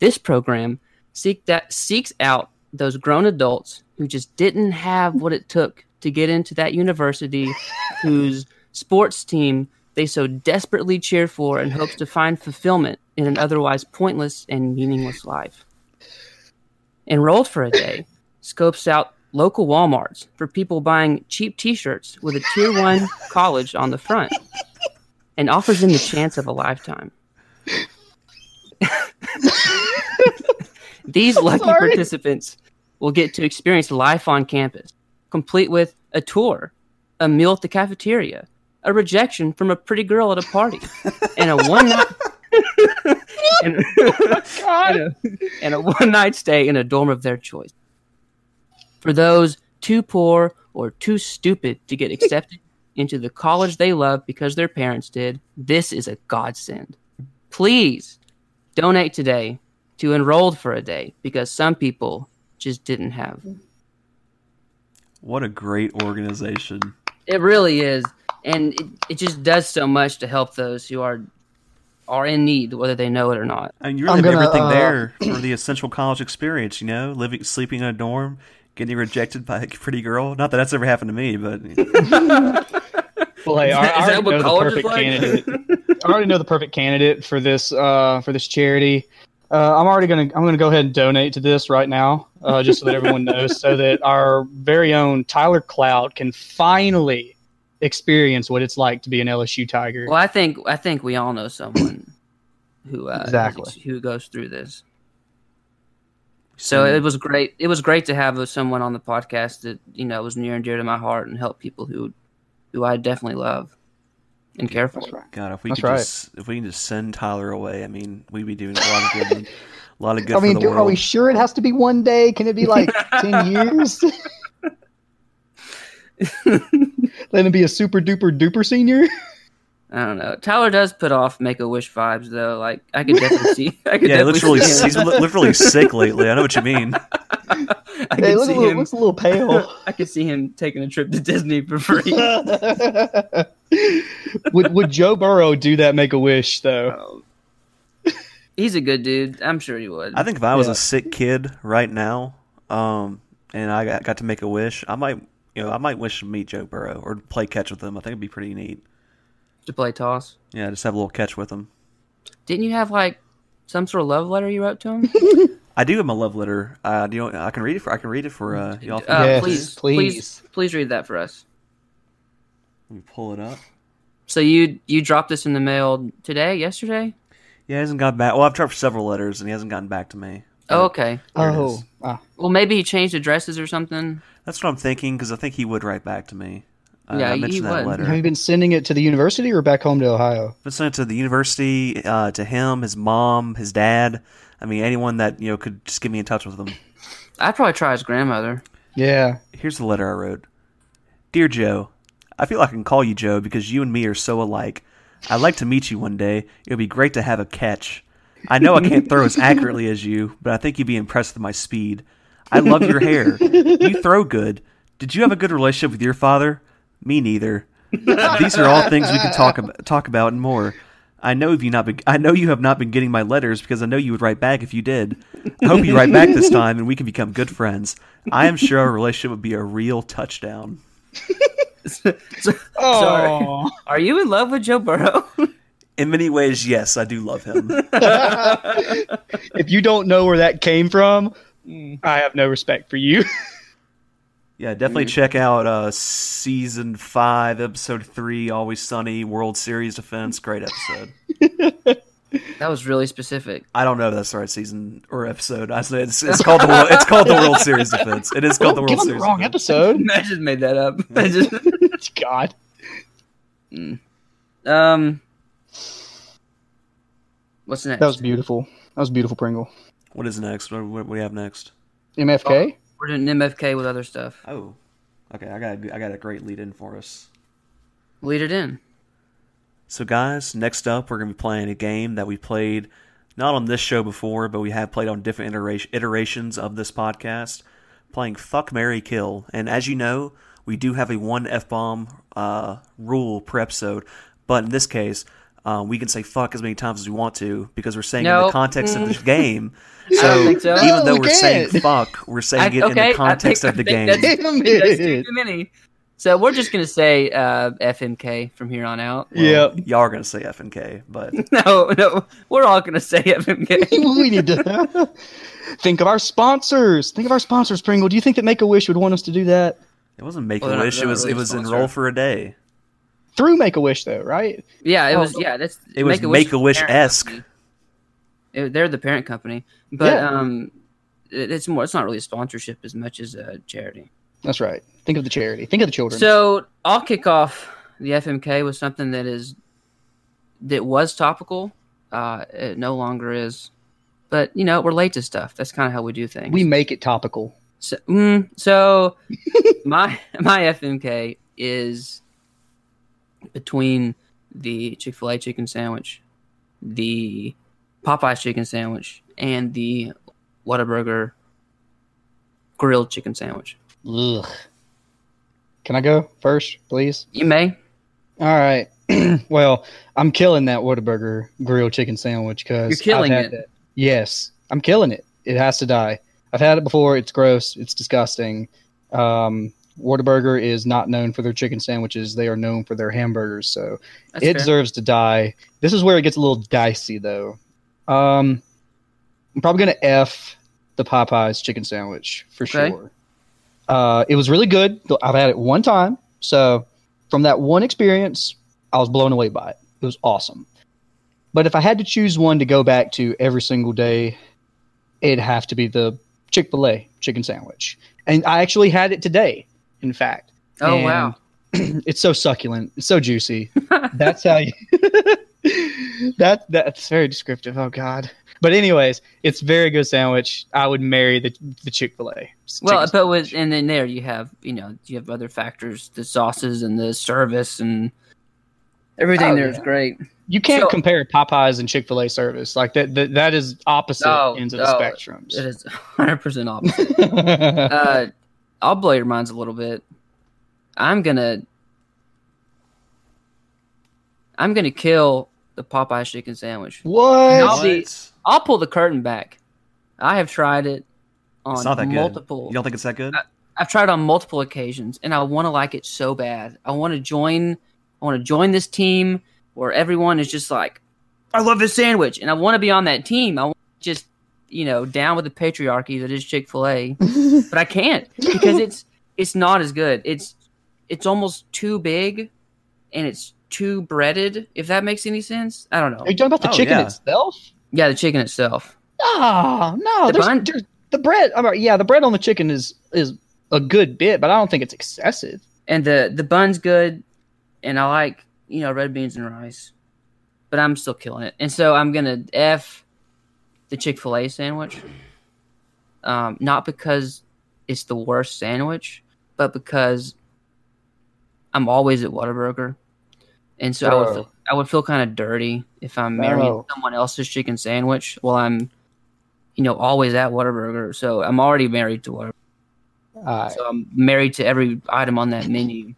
This program seek that, seeks out those grown adults who just didn't have what it took to get into that university whose sports team they so desperately cheer for in hopes to find fulfillment in an otherwise pointless and meaningless life. Enrolled for a Day scopes out local Walmarts for people buying cheap t shirts with a tier one college on the front and offers them the chance of a lifetime. These lucky sorry. participants will get to experience life on campus, complete with a tour, a meal at the cafeteria, a rejection from a pretty girl at a party, and a one night. and, and a, and a one night stay in a dorm of their choice for those too poor or too stupid to get accepted into the college they love because their parents did, this is a godsend. Please donate today to enrolled for a day because some people just didn't have. What a great organization. It really is. And it, it just does so much to help those who are are in need, whether they know it or not. I mean, you I'm really have gonna, everything uh, there for the essential college experience, you know, living, sleeping in a dorm, getting rejected by a pretty girl. Not that that's ever happened to me, but Well, hey, I, I Is already that what know the college is perfect like? candidate. I already know the perfect candidate for this uh, for this charity. Uh, I'm already gonna I'm gonna go ahead and donate to this right now, uh, just so that everyone knows, so that our very own Tyler Cloud can finally experience what it's like to be an LSU Tiger. Well, I think I think we all know someone who uh, Exactly. who goes through this. So it was great. It was great to have uh, someone on the podcast that you know was near and dear to my heart and help people who who I definitely love and care for. That's right. God, if we That's could right. just if we can just send Tyler away, I mean, we'd be doing a lot of good, a lot of good I mean, for the do, world. are we sure it has to be one day? Can it be like ten years? Let him be a super duper duper senior. I don't know. Tyler does put off Make a Wish vibes though. Like I could definitely see. I could yeah, he definitely looks really see he's him. li- looked really sick lately. I know what you mean. I Hey, could look, see look, him. looks a little pale. I could see him taking a trip to Disney for free. would would Joe Burrow do that? Make a wish though. Um, he's a good dude. I'm sure he would. I think if I was Yeah. a sick kid right now, um, and I got, got to make a wish, I might, you know, I might wish to meet Joe Burrow or play catch with him. I think it'd be pretty neat. to play toss. Yeah, just have a little catch with him. Didn't you have like some sort of love letter you wrote to him? I do have my love letter. Uh, do you, I can read it for I can read it for uh, y'all. if you Uh, want to. Yes, please, please. please, please read that for us. Let me pull it up. So you you dropped this in the mail today, yesterday? Yeah, he hasn't gotten back. Well, I've tried for several letters and he hasn't gotten back to me. Oh, okay. There it Oh, is. ah. Well, maybe he changed addresses or something. That's what I'm thinking because I think he would write back to me. Uh, Yeah, I he mentioned that would. letter. have you been sending it to the university or back home to Ohio? But sent it to the university, uh, to him, his mom, his dad. I mean, anyone that you know could just get me in touch with them. I'd probably try his grandmother. Yeah. Here's the letter I wrote. Dear Joe, I feel I can call you Joe because you and me are so alike. I'd like to meet you one day. It would be great to have a catch. I know I can't throw as accurately as you, but I think you'd be impressed with my speed. I love your hair. You throw good. Did you have a good relationship with your father? Me neither. These are all things we could talk about, talk about and more. I know if you not been, I know you have not been getting my letters because I know you would write back if you did. I hope you write back this time and we can become good friends. I am sure our relationship would be a real touchdown. Oh. Are you in love with Joe Burrow? In many ways, yes, I do love him. if you don't know where that came from, Mm. I have no respect for you. Yeah, definitely check out uh, season five, episode three, Always Sunny, World Series defense. Great episode. that was really specific. I don't know if that's the right season or episode. I said it's, it's called the World- it's called the World Series defense. It is called the World Give him the Series. wrong defense. episode. I just made that up. I just, God. um, what's next? That was beautiful. That was beautiful, Pringle. What is next? What, what, what do you have next? MFK? We're doing MFK with other stuff. Oh, okay. I got a, I got a great lead in for us. Lead it in. So, guys, next up, we're going to be playing a game that we played not on this show before, but we have played on different iteration, iterations of this podcast, playing Fuck, Mary, Kill. And as you know, we do have a one F bomb uh, rule per episode, but in this case, um, we can say fuck as many times as we want to because we're saying it in No. the context of the game. I don't So, think so. even though No, we're saying can't. fuck, we're saying I- it okay, in I the context think- of the I think game. that's- Damn That's it. too many. So we're just gonna say uh, FMK from here on out. Yeah. Y'all are going to say F and K, but No, no, we're all gonna say FMK. we need to think of our sponsors. Think of our sponsors, Pringle. Do you think that Make a Wish would want us to do that? it wasn't Make Well, they're a not- Wish. they're It not was, really it was sponsored. Enroll for a Day. Through Make a Wish, though, right? Yeah, it was. Yeah, that's It was Make-A-Wish Make-A-Wish esque. parent company. It- they're the parent company, but Yeah. um, it, it's more. It's not really a sponsorship as much as a charity. That's right. Think of the charity. Think of the children. So I'll kick off the FMK with something that is that was topical. Uh, it no longer is, but you know, it relates to stuff. That's kind of how we do things. we make it topical. So, mm, so my my FMK is between the Chick Fil A chicken sandwich, the Popeyes chicken sandwich, and the Whataburger grilled chicken sandwich. Ugh. Can I go first, please? You may. All right. well, I'm killing that Whataburger grilled chicken sandwich because You're killing it. Yes, I'm killing it. It has to die. I've had it before. It's gross. It's disgusting. Um, Whataburger is not known for their chicken sandwiches. They are known for their hamburgers. So That's it fair. deserves to die. This is where it gets a little dicey, though. Um, I'm probably gonna f the Popeyes chicken sandwich for Okay. sure. Uh, it was really good. I've had it one time, so from that one experience, I was blown away by it. It was awesome. But if I had to choose one to go back to every single day, it'd have to be the Chick Fil A chicken sandwich. And I actually had it today, in fact Oh and- wow. it's so succulent. It's so juicy. That's how you. that that's very descriptive. Oh God. But anyways, it's very good sandwich. I would marry the the Chick Fil A. Well, but with and then there you have you know you have other factors, the sauces and the service and everything Oh, there is great. you can't so- compare Popeyes and Chick Fil A service. Like that, that that is opposite No, ends of no, the spectrums. Oh, It is 100 percent opposite. uh, I'll blow your minds a little bit. I'm gonna I'm gonna kill the Popeye chicken sandwich. what? No, see- I'll pull the curtain back. I have tried it on It's not that multiple. good. You don't think it's that good? I've tried on multiple occasions, and I want to like it so bad. I want to join. I want to join this team where everyone is just like, "I love this sandwich," and I want to be on that team. I want to just, you know, down with the patriarchy that is Chick Fil A, but I can't because it's it's not as good. It's it's almost too big, and it's too breaded. If that makes any sense, I don't know. Are you talking about the Oh, chicken yeah. itself? Yeah, the chicken itself. Oh, no, The there's- bun- there's- the bread. I mean, yeah, the bread on the chicken is is a good bit, but I don't think it's excessive. and the the bun's good, and I like you know red beans and rice, but I'm still killing it, and so I'm gonna f the Chick Fil A sandwich, um, not because it's the worst sandwich, but because I'm always at Whataburger, and so I would Oh. feel, I would feel kind of dirty if I'm marrying Oh. someone else's chicken sandwich while I'm you know always at Whataburger, so I'm already married to Whataburger. All right. So I'm married to every item on that menu.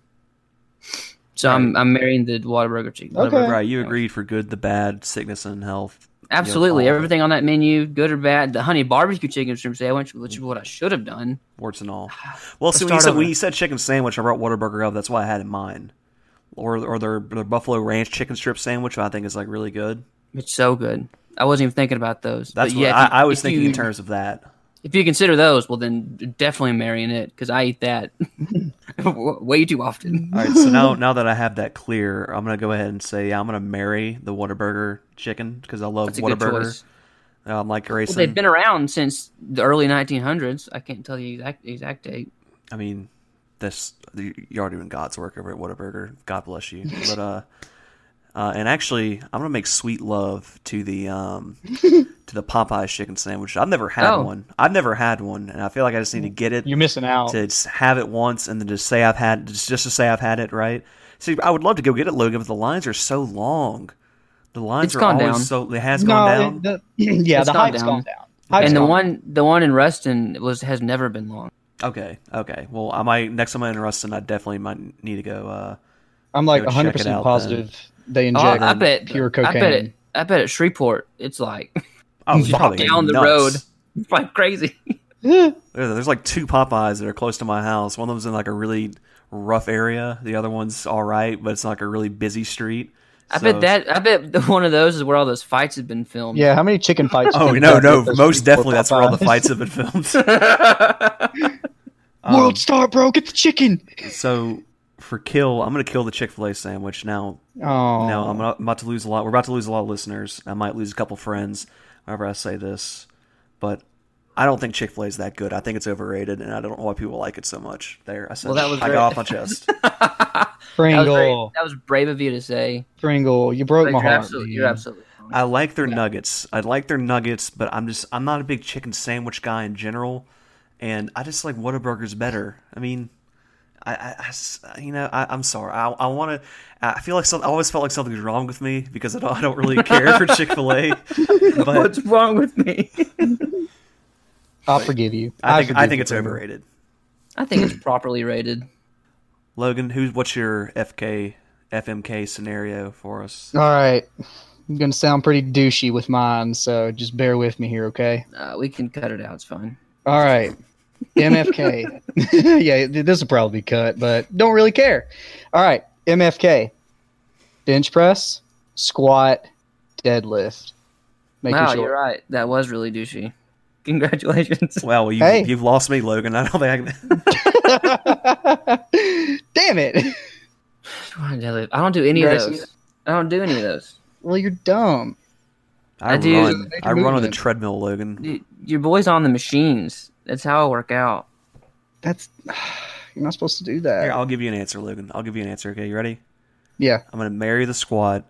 So I'm I'm marrying the Whataburger chicken. Okay. Whataburger. Right, you agreed for good, the bad, sickness, and health. Absolutely, Yeah, all of it. everything on that menu, good or bad. The honey barbecue chicken shrimp sandwich, which is what I should have done. warts and all. Well, Let's see, when you, start said, over. when you said chicken sandwich, I brought Whataburger up. That's why I had in mind. Or or their, their buffalo ranch chicken strip sandwich, I think is like really good. It's so good. I wasn't even thinking about those. That's But yeah, what if you- I, I was if thinking you- in terms of that. If you consider those, well, then definitely marrying it because I eat that way too often. All right, so now now that I have that clear, I'm gonna go ahead and say I'm gonna marry the Whataburger chicken because I love That's a good Whataburger. choice. Um, like Well, Grayson, they've been around since the early 1900s. I can't tell you exact exact date. I mean, this you're doing God's work over at Whataburger. God bless you. But uh, uh, and actually, I'm gonna make sweet love to the um to the Popeyes chicken sandwich. I've never had Oh. one. I've never had one, and I feel like I just need to get it You're missing out. to s- have it once and then just say I've had just, just to say I've had it. Right? See, I would love to go get it, Logan, but the lines are so long. The lines It's are gone always down. so it has gone down. the- yeah, It's the gone hype's down. gone down. Hype's and the gone one the one in Ruston was has never been long. Okay, okay. Well, I might next time I'm in Ruston, I definitely might need to go. Uh, I'm like Go check it 100 out, percent positive they Oh, inject I bet pure I cocaine. bet it. I bet at Shreveport, it's like oh, it's probably down the nuts. road. it's like crazy. There- There's like two Popeyes that are close to my house. One of them's in like a really rough area. The other one's all right, but it's like a really busy street. I So- bet that. I bet the, one of those is where all those fights have been filmed. Yeah, how many chicken fights? Oh did no, you no, get those most people at definitely that's where all the Popeyes? fights have been filmed. Um, World star, bro, get the chicken. so for kill, I'm gonna kill the Chick Fil A sandwich. Now, Oh now I'm, not, I'm about to lose a lot. We're about to lose a lot of listeners. I might lose a couple friends whenever I say this, but I don't think Chick Fil A is that good. I think it's overrated, and I don't know why people like it so much. There, I said Well, that was I very- got off my chest. that was, very, Pringle, that was brave of you to say. Pringle, you broke But my you're heart. absolutely, dude. you're absolutely. wrong. I like their nuggets. I like their nuggets, but I'm just I'm not a big chicken sandwich guy in general, and I just like Whataburger's better. I mean, I, I- I s- you know I, I'm sorry. I, I want to. I feel like some, I always felt like something's wrong with me because I don't, I don't really care for Chick Fil A, but What's wrong with me? I'll forgive you. I think I forgive think you, it's Pringle. overrated. I think it's properly rated. Logan, who's what's your FK FMK scenario for us. All right. I'm going to sound pretty douchey with mine, so just bear with me here, okay? Uh, we can cut it out. It's fine. All right. MFK. yeah, th- this will probably be cut, but don't really care. All right. MFK. Bench press, squat, deadlift. Making wow, sure. you're right. That was really douchey. Congratulations. Wow, well, you, Hey. you've lost me, Logan. I don't think I can. Damn it. I don't do any of Gracie? those. I don't do any of those. Well, you're dumb. I, I do- run. I run on the treadmill, Logan. Y- Your boy's on the machines. That's how I work out. That's. You're not supposed to do Here, that. I'll give you an answer, Logan. I'll give you an answer. Okay, you ready? Yeah. I'm gonna marry the squat.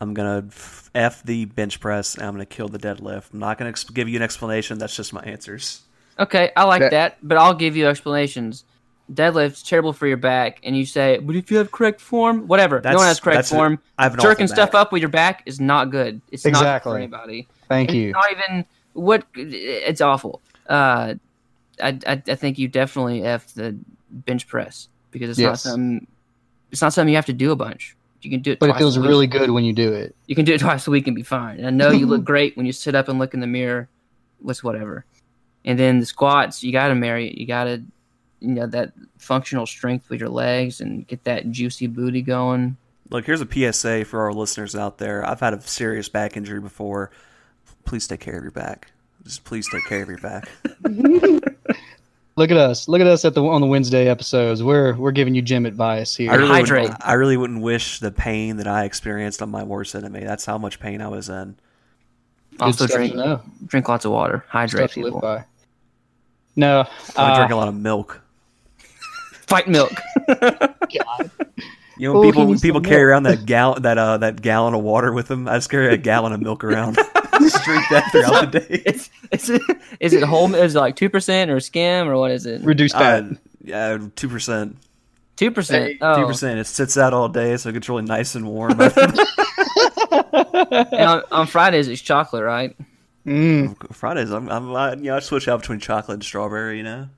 I'm gonna f- f the bench press, and I'm gonna kill the deadlift. I'm not gonna ex- give you an explanation. That's just my answers. Okay, I like That- that, but I'll give you explanations. Deadlift's terrible for your back, and you say, but if you have correct form, whatever. no one That's- has correct that's a- form. I have an Jerking awful stuff back. up with your back is not good. It's not good Exactly. for anybody. Thank It's you. not even what. It's awful. Uh, I, I I think you definitely f the bench press because it's not Yes. something. It's not something you have to do a bunch. You can do it. But it twice feels a week. really good when you do it. You can do it twice a week and be fine. And I know you look great when you sit up and look in the mirror. What's whatever. And then the squats, you got to marry it. You got to, you know, that functional strength with your legs and get that juicy booty going. Look, here's a PSA for our listeners out there. I've had a serious back injury before. Please take care of your back. Just please take care of your back. Look at us. Look at us at the on the Wednesday episodes. We're we're giving you gym advice here. I really, Hydrate. wouldn't, I really wouldn't wish the pain that I experienced on my worst enemy. That's how much pain I was in. Good also, stuff to drink know. drink lots of water. Hydrate Stuff to live people. by. No, I uh, drink a lot of milk. Fight milk. God. You know, when Oh, he people when needs people some carry around that gal that uh that gallon of water with them. I just carry a gallon of milk around. just drink that throughout the day. It's, is, it, is it whole? Is it like two percent or skim or what is it? reduce Uh, fat. yeah, two percent. Two percent. Two Oh, percent. It sits out all day, so it gets really nice and warm. After and on, on Fridays it's chocolate, right? Mm, Fridays, I'm, I'm I, you know I switch out between chocolate and strawberry. You know,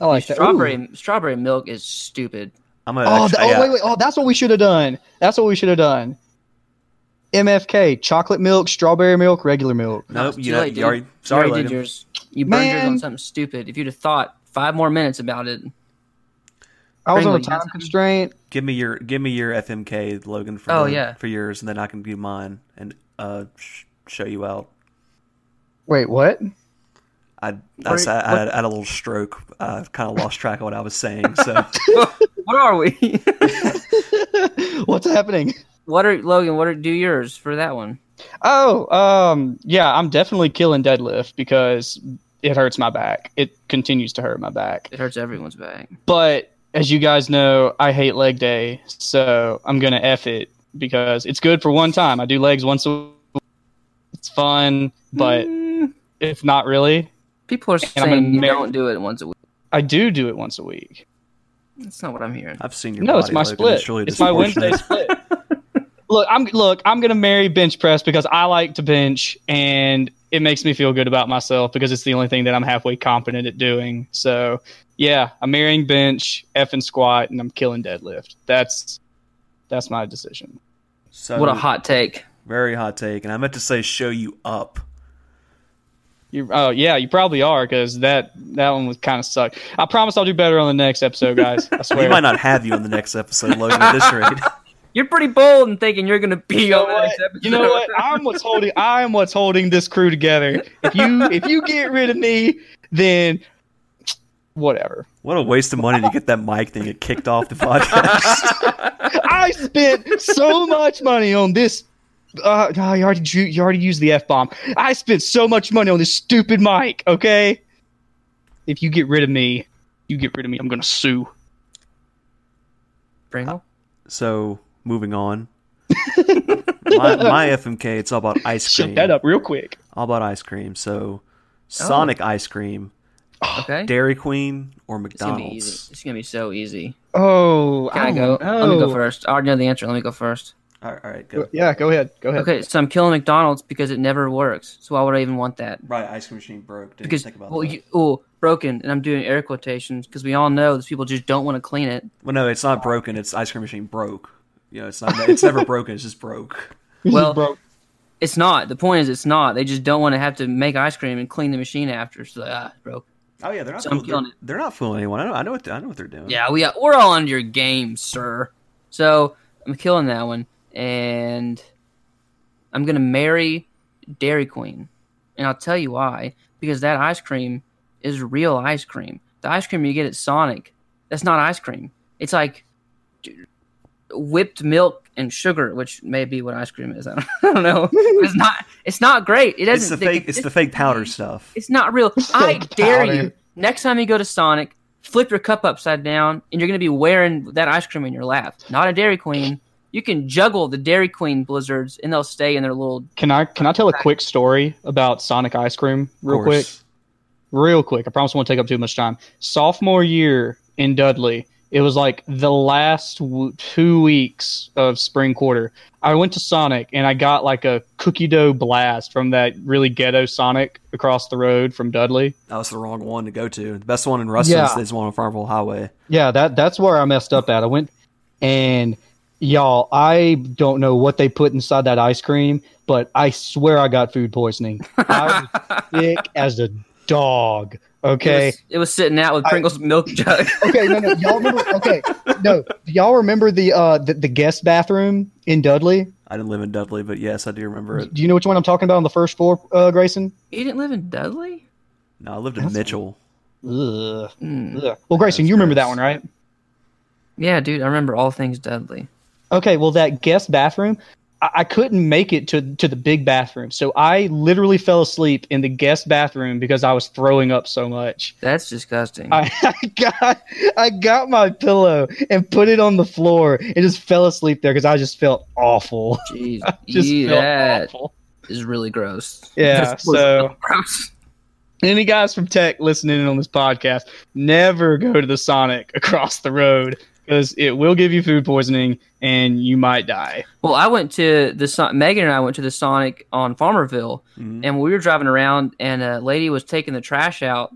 I like that. Ooh. Strawberry strawberry milk is stupid. I'm a Oh, extra- th- oh, yeah. wait, wait. Oh, that's what we should have done. That's what we should have done. MFK, chocolate milk, strawberry milk, regular milk. No, Nope, it's you too know, late, you dude. already- sorry, you already did Logan. yours. You burned yours on Man. something stupid. If you'd have thought five more minutes about it, I was on a Wrigley, time that's- constraint. Give me your give me your FMK Logan for Oh, the- yeah. for yours, and then I can do mine and uh sh- show you out. Wait, what? I I, Right, I, I, had, I had a little stroke. I kind of lost track of what I was saying. So what are we? What's happening? what are Logan? What are do yours for that one? Oh, um, yeah, I'm definitely killing deadlift because it hurts my back. It continues to hurt my back. It hurts everyone's back. But as you guys know, I hate leg day, so I'm gonna f it because it's good for one time. I do legs once a week. It's fun, but Mm, if not really, people are I'm saying you American. don't do it once a week. I do do it once a week. That's not what I'm Uh, hearing. I've seen your No, it's body, my Logan. split. It's, really It's my Wednesday disproportionate. split. look, I'm look, I'm gonna marry bench press because I like to bench and it makes me feel good about myself because it's the only thing that I'm halfway competent at doing. So yeah, I'm marrying bench, F and squat, and I'm killing deadlift. That's that's my decision. So what a hot take. very hot take, and I meant to say show you up. You, oh yeah, you probably are because that that one was kind of sucked. I promise I'll do better on the next episode, guys. I We swear. might not have you on the next episode, Logan. At this rate, You're pretty bold in thinking you're gonna be You know, on the what? next episode. you know what? I'm what's holding. I'm what's holding this crew together. If you if you get rid of me, then whatever. what a waste of money to get that mic thing. It kicked off the podcast. I spent so much money on this. Uh, no, you already drew, you already used the f bomb. I spent so much money on this stupid mic. Okay, if you get rid of me, you get rid of me. I'm gonna sue. Pringle? so moving on. my, my FMK, it's all about ice cream. Shut that up real quick. All about ice cream. Oh. So, Sonic ice cream, Okay. Dairy Queen, or It's gonna be easy. McDonald's. It's gonna be so easy. Oh, Can I go? don't Let me go know. first. I already know the answer. Let me go first. All right, all right, go. Yeah, go ahead. Go ahead. Okay, so I'm killing McDonald's because it never works. So why would I even want that? Right, ice cream machine broke. Didn't because think about well, that. you, oh, broken, and I'm doing air quotations because we all know those people just don't want to clean it. well, no, it's not broken. It's ice cream machine broke. You know, it's not. It's never broken. It's just broke. This is Well- broke. It's not. The point is, it's not. They just don't want to have to make ice cream and clean the machine after. So ah, it's broke. Oh yeah, they're not. So I'm fooling- they're, killing it. they're not fooling anyone. I know. I know what. I know what they're doing. Yeah, we we're all on your game, sir. So I'm killing that one, and I'm gonna marry Dairy Queen, and I'll tell you why. Because that ice cream is real ice cream. The ice cream you get at Sonic, that's not ice cream. It's like whipped milk and sugar, which may be what ice cream is. I don't, I don't know. It's not. It's not great. It It's doesn't. the fake. It's the fake powder stuff. It's not real. I dare powder. you. Next time you go to Sonic, flip your cup upside down, and you're going to be wearing that ice cream in your lap. Not a Dairy Queen. You can juggle the Dairy Queen blizzards, and they'll stay in their little. Can I can I tell a quick story about Sonic ice cream of real course. quick? real quick. I promise I won't take up too much time. Sophomore year in Dudley, it was like the last w- two weeks of spring quarter. I went to Sonic and I got like a cookie dough blast from that really ghetto Sonic across the road from Dudley. That was the wrong one to go to. The best one in Ruston Yeah. is this one on Farmville Highway. Yeah, that that's where I messed up at. I went and y'all, I don't know what they put inside that ice cream, but I swear I got food poisoning. I was sick as a dog. It Okay. was, it was sitting out with Pringles milk jug. okay, no, no. Y'all remember okay. No, do y'all remember the uh the, the guest bathroom in Dudley? I didn't live in Dudley, but yes, I do remember it. Do you know which one I'm talking about on the first floor, uh, Grayson? you didn't live in Dudley. No, I lived in That's- Mitchell. Ugh. Mm. Ugh. Well, Grayson, That's you remember gross. that one, right? Yeah, dude, I remember all things Dudley. Okay, well, that guest bathroom, I, I couldn't make it to to the big bathroom, so I literally fell asleep in the guest bathroom because I was throwing up so much. That's disgusting. I, I got I got my pillow and put it on the floor and just fell asleep there because I just felt awful. Jeez, Just yeah, felt that awful. is really gross. Yeah. That's- was so- gross. Any guys from tech listening in on this podcast, never go to the Sonic across the road because it will give you food poisoning and you might die. Well, I went to the Son- Megan and I went to the Sonic on Farmerville, Mhm. and we were driving around and a lady was taking the trash out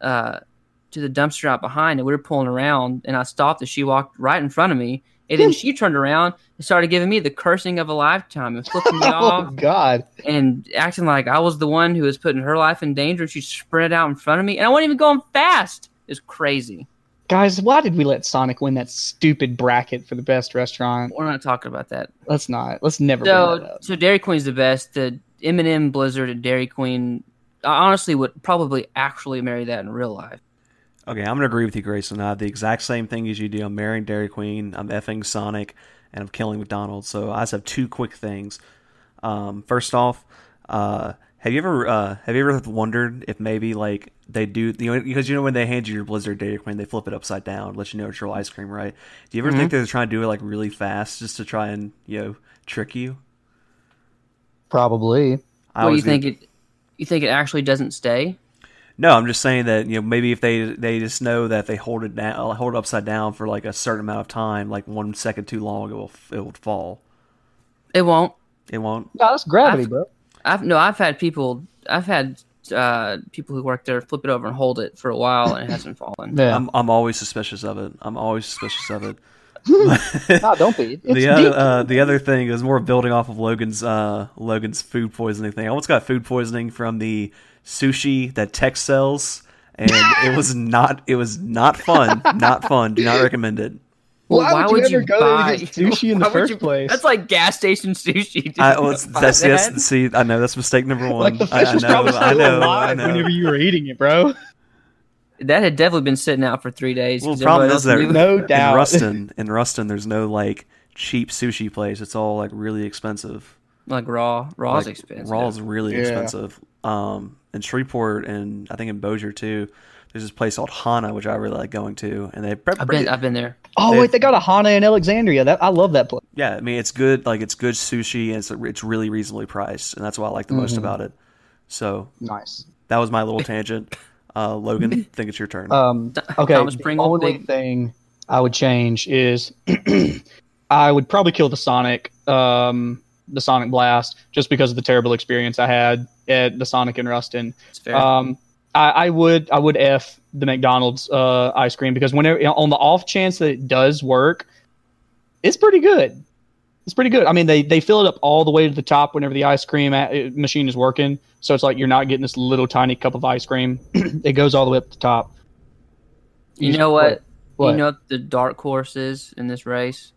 uh, to the dumpster out behind and we were pulling around and i stopped and she walked right in front of me and then she turned around and started giving me the cursing of a lifetime and flipping me Oh off God! and acting like i was the one who was putting her life in danger and she spread out in front of me and i wasn't even going fast it's crazy Guys, why did we let Sonic win that stupid bracket for the best restaurant? we're not talking about that Let's not. Let's never bring that so up. so Dairy Queen's the best. The M and M Blizzard at Dairy Queen. I honestly would probably actually marry that in real life. Okay, I'm gonna agree with you, Grayson. I have the exact same thing as you do. I'm marrying Dairy Queen. I'm effing Sonic, and I'm killing McDonald's. So I just have two quick things. Um, first off, uh, have you ever uh, have you ever wondered if maybe like they do you know, because you know when they hand you your Blizzard Dairy Queen, they flip it upside down, let you know it's real ice cream, right? Do you ever think they're trying to do it like really fast just to try and you know trick you? Probably. I Well, you always get- think it? You think it actually doesn't stay? No, I'm just saying that you know maybe if they they just know that if they hold it down, hold it upside down for like a certain amount of time, like one second too long, it will it will fall. It won't. It won't. No, that's gravity, bro. I've no. I've had people. I've had uh, people who work there flip it over and hold it for a while, and it hasn't fallen. Yeah. I'm I'm always suspicious of it. I'm always suspicious of it. no, don't be. It's the other deep. uh, the other thing is more building off of Logan's uh, Logan's food poisoning thing. I once got food poisoning from the sushi that Tex sells, and it was not it was not fun. Not fun. Do not recommend it. Why would you ever go there to get sushi in the why would first place? That's like gas station sushi. dude. I, well, it's- Buy that's that. yes. See, I know that's mistake number one. Like the I, fish I was know. probably still I know. I alive know. whenever you were eating it, bro. That had definitely been sitting out for three days. Well, 'cause problem everybody is else there knew it. No in doubt. Ruston, in Ruston, there's no like cheap sushi place. It's all like really expensive. like raw, raw's like, expensive. Raw's really Yeah. expensive. Um, in Shreveport and I think in Bossier too, there's this place called Hana, which I really like going to, and they prep. I've been, I've been there. oh if- wait, they got a Hana in Alexandria. That I love that place. yeah, I mean it's good. Like it's good sushi, and it's it's really reasonably priced, and that's what I like the Mm-hmm. most about it. So Nice. that was my little tangent. Uh, Logan, I think it's your turn. Uh, Um, okay. Thomas the Pringle, only big- thing I would change is is I would probably kill the Sonic, um, the Sonic Blast, just because of the terrible experience I had at the Sonic in Ruston. It's fair. Um, I, I would I would f the McDonald's uh, ice cream because whenever on the off chance that it does work, it's pretty good. It's pretty good. I mean, they they fill it up all the way to the top whenever the ice cream a- machine is working. So it's like you're not getting this little tiny cup of ice cream. it goes all the way up to the top. You know what? What? You know what the dark horse is in this race?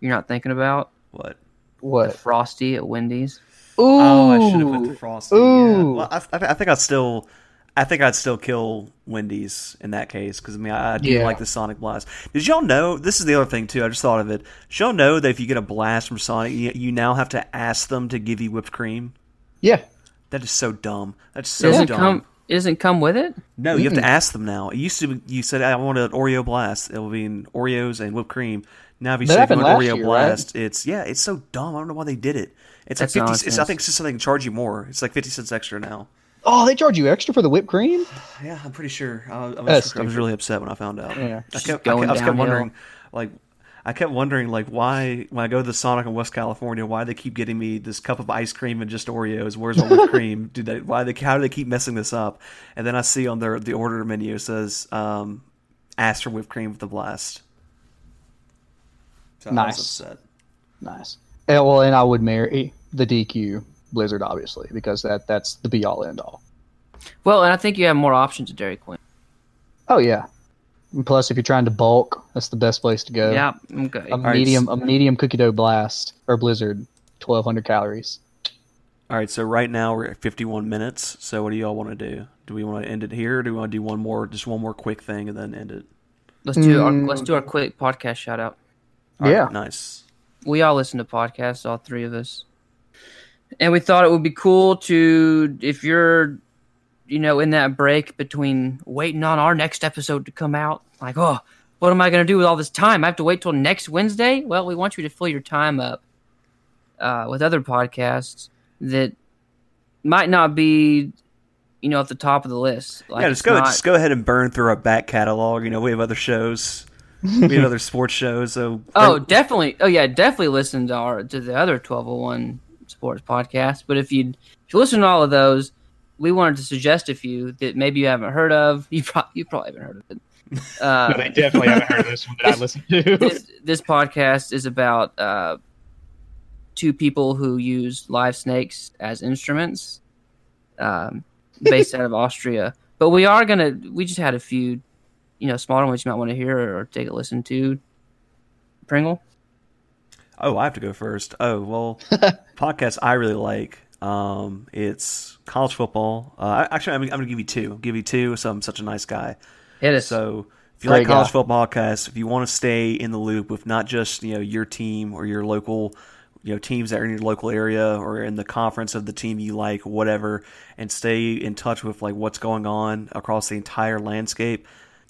You're not thinking about What? the What? frosty at Wendy's. Oh, I should have put the frosty. yeah. Ooh. Well, I, I, I think I'd still, I think I'd still kill Wendy's in that case because I mean I, I do Yeah. like the Sonic Blast. Did y'all know? This is the other thing too. I just thought of it. Did y'all know that if you get a blast from Sonic, you, you now have to ask them to give you whipped cream? Yeah. That is so dumb. That's so Doesn't dumb. come doesn't come with it. No, you have to ask them now. It used to be, you said I want an Oreo blast. It will be an Oreos and whipped cream. Now if you That say you happened want an last Oreo year, right? blast, it's yeah, it's so dumb. I don't know why they did it. It's like That's fifty. It's, I nonsense. think it's just something to charge you more. It's like fifty cents extra now. Oh, they charge you extra for the whipped cream? Yeah, I'm pretty sure. I, I, was, That's I was stupid. really upset when I found out. Yeah. I Just kept, I, kept, going I was kept downhill. wondering, like, I kept wondering, like, why when I go to the Sonic in West California, why they keep getting me this cup of ice cream and just Oreos? Where's my whipped cream? Do they? Why they? How do they keep messing this up? And then I see on their the order menu it says, um, "Ask for whipped cream with the blast." So Nice. upset. Nice. Eh, Yeah, well, and I would marry the DQ Blizzard, obviously, because that that's the be all end all. Well, and I think you have more options at Dairy Queen. Oh yeah. And plus, if you're trying to bulk, that's the best place to go. Yeah, okay. A Um, right, medium, a medium cookie dough blast or Blizzard, twelve hundred calories. All right, so right now we're at 51 minutes. So what do y'all want to do? Do we want to end it here? Or do we want to do one more, just one more quick thing, and then end it? Let's do our let's do our quick podcast shout out. All right, Yeah. nice. we all listen to podcasts, all three of us. And we thought it would be cool to, if you're, you know, in that break between waiting on our next episode to come out, like, oh, what am I going to do with all this time? I have to wait till next Wednesday? Well, we want you to fill your time up uh, with other podcasts that might not be, you know, at the top of the list. Like, yeah, it's just go not- just go ahead and burn through our back catalog. You know, we have other shows, we have other sports shows. So Oh, definitely. Oh, yeah, definitely listen to our to the other twelve hundred one sports podcast. But if you if you listen to all of those, we wanted to suggest a few that maybe you haven't heard of. You probably you probably haven't heard of it. Uh, No, they definitely haven't heard of this one that I listened to. this, this podcast is about uh, two people who use live snakes as instruments, um, based out of Austria. But we are gonna. We just had a few, you know, smaller ones you might want to hear or take a listen to. Pringle. oh, I have to go first. Oh well, podcast I really like. Um, it's college football. Uh, I- actually, I'm, I'm gonna give you two. Give you two. So I'm such a nice guy. Hit us. So if you Great like college guy. football podcasts, if you want to stay in the loop with not just you know your team or your local you know teams that are in your local area or in the conference of the team you like, whatever, and stay in touch with like what's going on across the entire landscape.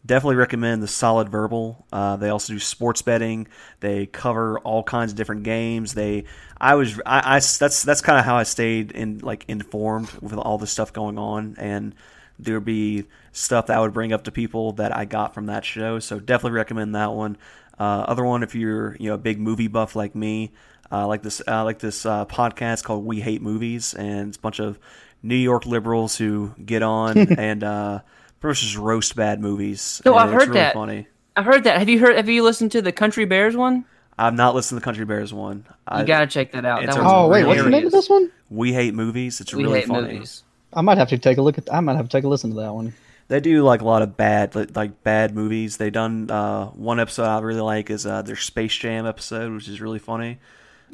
Definitely recommend the Solid Verbal. Uh, they also do sports betting. They cover all kinds of different games. They, I was, I, I that's that's kind of how I stayed in like informed with all the stuff going on and there'd be stuff that I would bring up to people that I got from that show. So definitely recommend that one. Uh, other one, if you're you know a big movie buff like me, uh, like this uh, like this uh, podcast called We Hate Movies, and it's a bunch of New York liberals who get on and uh, pretty much just roast bad movies. No, and Oh, I've it's heard really that. Funny. I've heard that. Have you heard? Have you listened to the Country Bears one? I've not listened to the Country Bears one. You I, gotta check that out. it's That a- one's oh, wait, what's the name hilarious. of this one? we hate movies. It's We really hate funny. movies. I might have to take a look at. I might have to take a listen to that one. They do like a lot of bad, like, like bad movies. They done uh, one episode I really like is uh, their Space Jam episode, which is really funny.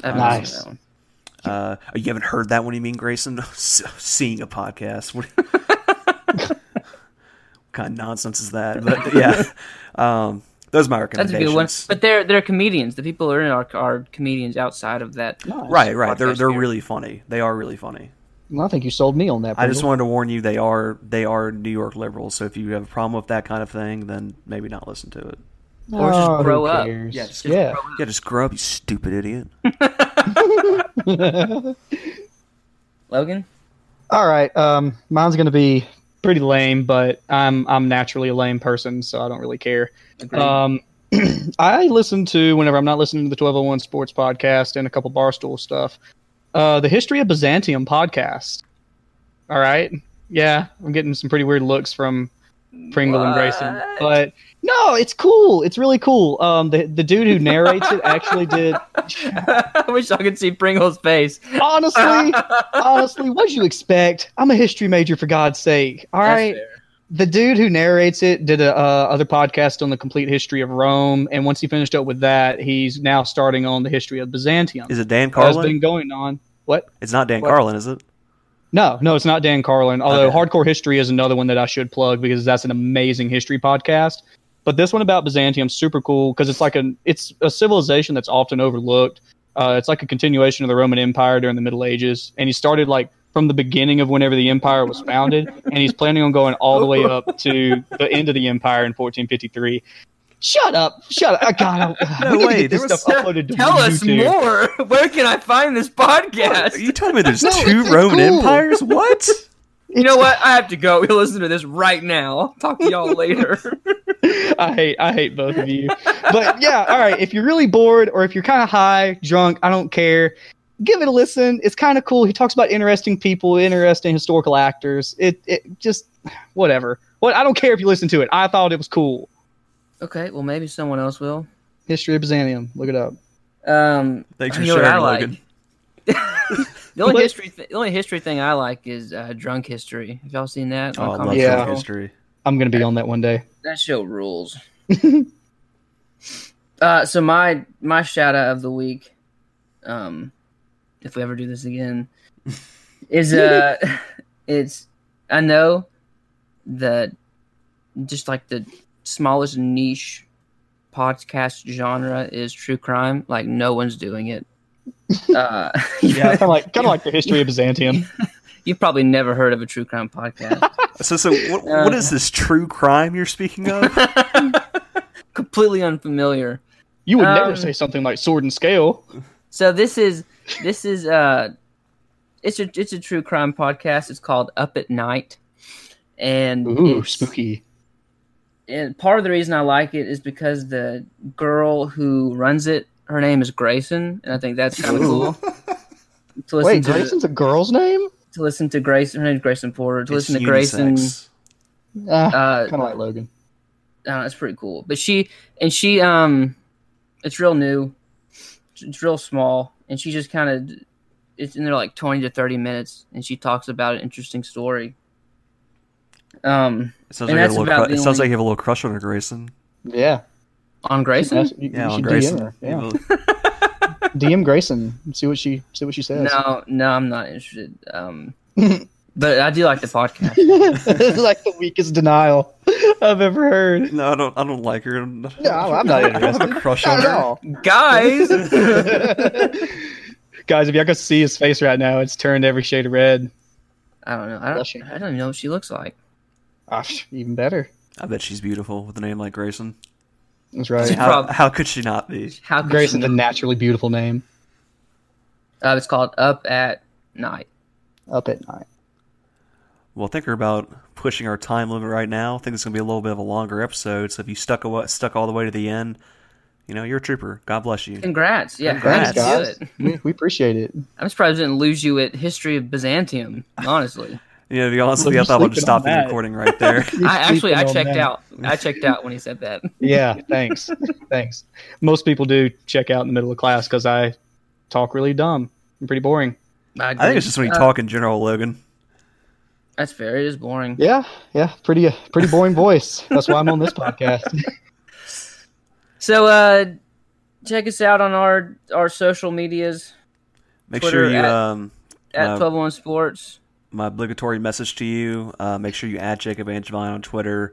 I haven't listened Nice. to that one. Uh, you haven't heard that one, you mean, Grayson? S- Seeing a podcast, what, kind of nonsense is that? But yeah, um, those are my That's a recommendations. good one. But they're they're comedians. The people who are in our are comedians outside of that. right, right. They're podcast they're here. really funny. They are really funny. Well, I think you sold me on that. I just Pringle. Mm-hmm. wanted to warn you, they are they are New York liberals. So if you have a problem with that kind of thing, then maybe not listen to it. Or just Oh, who grow up. cares? Yeah, just- yeah. Yeah, just grow up, you stupid idiot. Logan. All right. Um, mine's gonna be Pretty lame, but I'm I'm naturally a lame person, so I don't really care. Agreed. Um, I listen to whenever I'm not listening to the 1201 Sports podcast and a couple barstool stuff. Uh, the History of Byzantium podcast. All right, yeah, I'm getting some pretty weird looks from Pringle and Grayson, What? but No, it's cool. It's really cool. Um, the the dude who narrates it actually did. I wish I could see Pringle's face. Honestly, honestly, what'd you expect? I'm a history major, for God's sake. All That's right. fair. the dude who narrates it did a uh, other podcast on the complete history of Rome, and once he finished up with that, he's now starting on the history of Byzantium. Is it Dan That's Carlin? been going on. What? It's not Dan what? Carlin, is it? No, no, it's not Dan Carlin. Although Okay. Hardcore History is another one that I should plug because that's an amazing history podcast. But this one about Byzantium super cool because it's like an it's a civilization that's often overlooked. Uh, it's like a continuation of the Roman Empire during the Middle Ages, and he started like from the beginning of whenever the empire was founded, and he's planning on going all the Oh. way up to the end of the empire in 1453. Shut up! Shut up! Uh, God, I, No we need to way, get this there was- stuff uploaded to Tell us YouTube. more. Where can I find this podcast? Are you telling me there's No, two it's- it's Roman cool. empires? What? You know what? I have to go. We listen to this right now. I'll talk to y'all later. I hate I hate both of you. But yeah, all right. If you're really bored or if you're kind of high, drunk, I don't care. Give it a listen. It's kind of cool. He talks about interesting people, interesting historical actors. It it just whatever. What I don't care if you listen to it. I thought it was cool. okay, well maybe someone else will. History of Byzantium. Look it up. Um, Thanks for you know what I sharing, like. Logan. the only What? history, th- the only history thing I like is uh, drunk history. Have y'all seen that? Oh, on I love Comedy Yeah. Drunk Central? history. I'm gonna be on that one day. that show rules. uh, so my my shout out of the week, um, if we ever do this again, is uh, it's I know that just like the smallest niche podcast genre is true crime. Like no one's doing it. Uh, Yeah, kind of like kind of like the history of Byzantium. you've probably never heard of a true crime podcast. So, so what, what is this true crime you're speaking of? completely unfamiliar. You would Um, never say something like sword and scale. So this is this is uh it's a it's a true crime podcast. It's called Up at Night. And Ooh, it's- spooky. and part of the reason I like it is because the girl who runs it, her name is Grayson, and I think that's kind of cool. To listen Wait, to Grayson's a girl's name? to listen to Grayson, her name's Grayson Porter. To It's listen to Grayson, unisex. Uh, uh, kind of like Logan. I don't know, it's Uh, pretty cool. But she and she um, it's real new, it's, it's real small, and she just kind of it's in there like twenty to thirty minutes, and she talks about an interesting story. Um, It sounds, And like you, have that's a little about cru- the it sounds only- like you have a little crush on her, Grayson. Yeah. on Grayson. That's- you- Yeah, you on should DM Grayson. her, Yeah. DM Grayson. See what she see what she says. No, no, I'm not interested. Um, but I do like the podcast. this is like the weakest denial I've ever heard. No, I don't. I don't like her. No, I'm not I don't have a crush on Not at her. all. Guys, Guys, if y'all could see his face right now, it's turned every shade of red. I don't know. I don't. Blushing. I don't know what she looks like. Ah, psh, even better. I bet she's beautiful with a name like Grayson. That's right. How, Prob- how could she not be? How could Grayson's she- a naturally beautiful name. uh, it's called Up at Night. Up at night. Well, I think we're about pushing our time limit right now. I think it's going to be a little bit of a longer episode. So if you stuck awa stuck all the way to the end, you know you're a trooper. God bless you. Congrats! Yeah, Congrats, congrats, guys. guys. We, we appreciate it. I'm surprised I didn't lose you at History of Byzantium. Honestly, You know, to be honest with Well, you, I you're thought I would just sleeping on stop the that. recording right there. I actually I checked out. out. I checked out when he said that. yeah thanks thanks most people do check out in the middle of class because i talk really dumb and pretty boring I think it's just when you Uh, talk in general, Logan. That's fair. It is boring. yeah yeah pretty uh, pretty boring voice that's why i'm on this podcast So uh, check us out on our our social medias Make Twitter sure you at- um at Uh, 1201 Sports. my obligatory message to you. Uh, make sure you add Jacob Angevine on Twitter.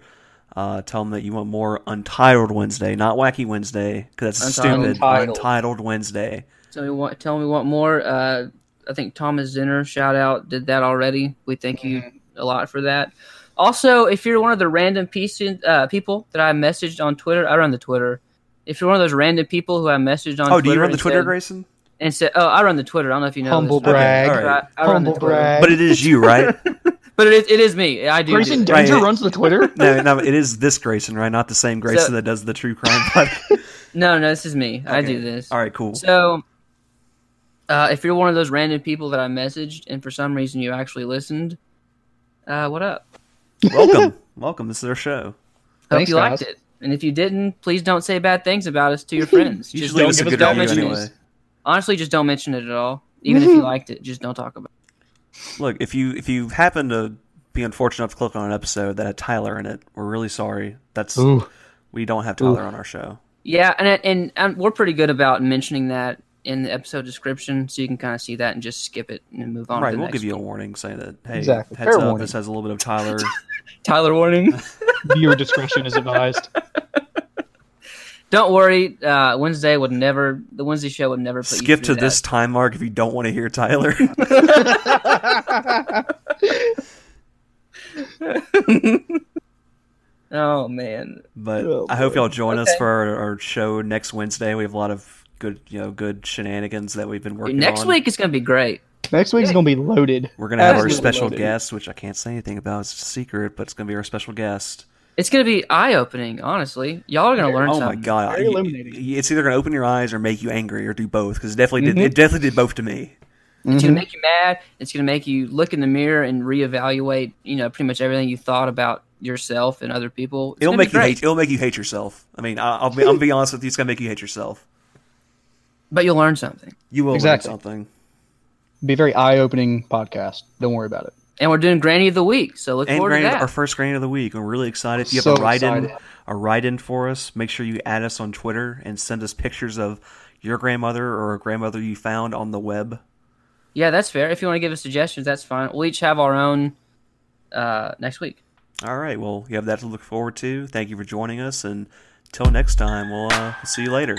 Uh, tell him that you want more Untitled Wednesday, not Wacky Wednesday, because that's Untitled. stupid. Untitled. Untitled Wednesday. So we want tell me what more. Uh, I think Thomas Zinner shout out did that already. We thank you a lot for that. Also, if you're one of the random pieces, uh, people that I messaged on Twitter, I run the Twitter. If you're one of those random people who I messaged on oh, Twitter do you run the and Twitter, said- Grayson? and said, "Oh, I run the Twitter. I don't know if you know." humble this, but- brag all right. I, I run the humble Twitter. brag But it is you, right? But it is, it is me. I do. do grayson it. Right. danger runs the twitter no, no, it is this Grayson, right? Not the same Grayson So- that does the true crime podcast. No, no, this is me. I Okay. do this. All right, cool. So, uh, if you're one of those random people that I messaged, and for some reason you actually listened, uh, what up? Welcome. Welcome. This is our show. Hope Thanks, you liked guys. it. And if you didn't, please don't say bad things about us to your friends. You just should leave don't us a give us good don't review mention it. anyway. Honestly, just don't mention it at all. Even if you liked it, just don't talk about it. Look, if you if you happen to be unfortunate enough to click on an episode that had Tyler in it, we're really sorry. That's Ooh. we don't have Tyler on our show. Yeah, and it- and and we're pretty good about mentioning that in the episode description, so you can kind of see that and just skip it and move on. to right, the we'll next give you a one. warning saying that hey, Exactly. heads Fair up, warning. this has a little bit of Tyler. Tyler warning. Viewer discretion is advised. don't worry. Uh, Wednesday would never. The Wednesday show would never. Put you Skip through to this that. time mark if you don't want to hear Tyler. Oh man. But Oh, I hope y'all join us Okay. for our, our show next Wednesday. We have a lot of good, you know, good shenanigans that we've been Dude, working next on. week is gonna be great. Next week's gonna be loaded. we're gonna have our Absolutely special loaded. guest, which I can't say anything about. It's a secret, but it's gonna be our special guest. It's gonna be eye opening. Honestly, y'all are gonna learn Oh my something. god! Very I- illuminating. y- It's either gonna open your eyes or make you angry or do both because it definitely did. Mm-hmm. It definitely did both to me. It's Mm-hmm. gonna make you mad. It's gonna make you look in the mirror and reevaluate. You know, pretty much everything you thought about yourself and other people. It's It'll gonna be make you great, hate. It'll make you hate yourself. I mean, I- I'll be, I'll be honest with you. It's gonna make you hate yourself. but you'll learn something. You will Exactly. learn something. Be a very eye-opening podcast. Don't worry about it. And we're doing Granny of the Week, so look And forward granted, to that. our first grain of the week. We're really excited. If you have So a write in, excited. a write in for us, make sure you add us on Twitter and send us pictures of your grandmother or a grandmother you found on the web. yeah, that's fair. If you want to give us suggestions, that's fine. We'll each have our own uh, next week. All right. Well, you have that to look forward to. Thank you for joining us, and till next time, we'll uh, see you later.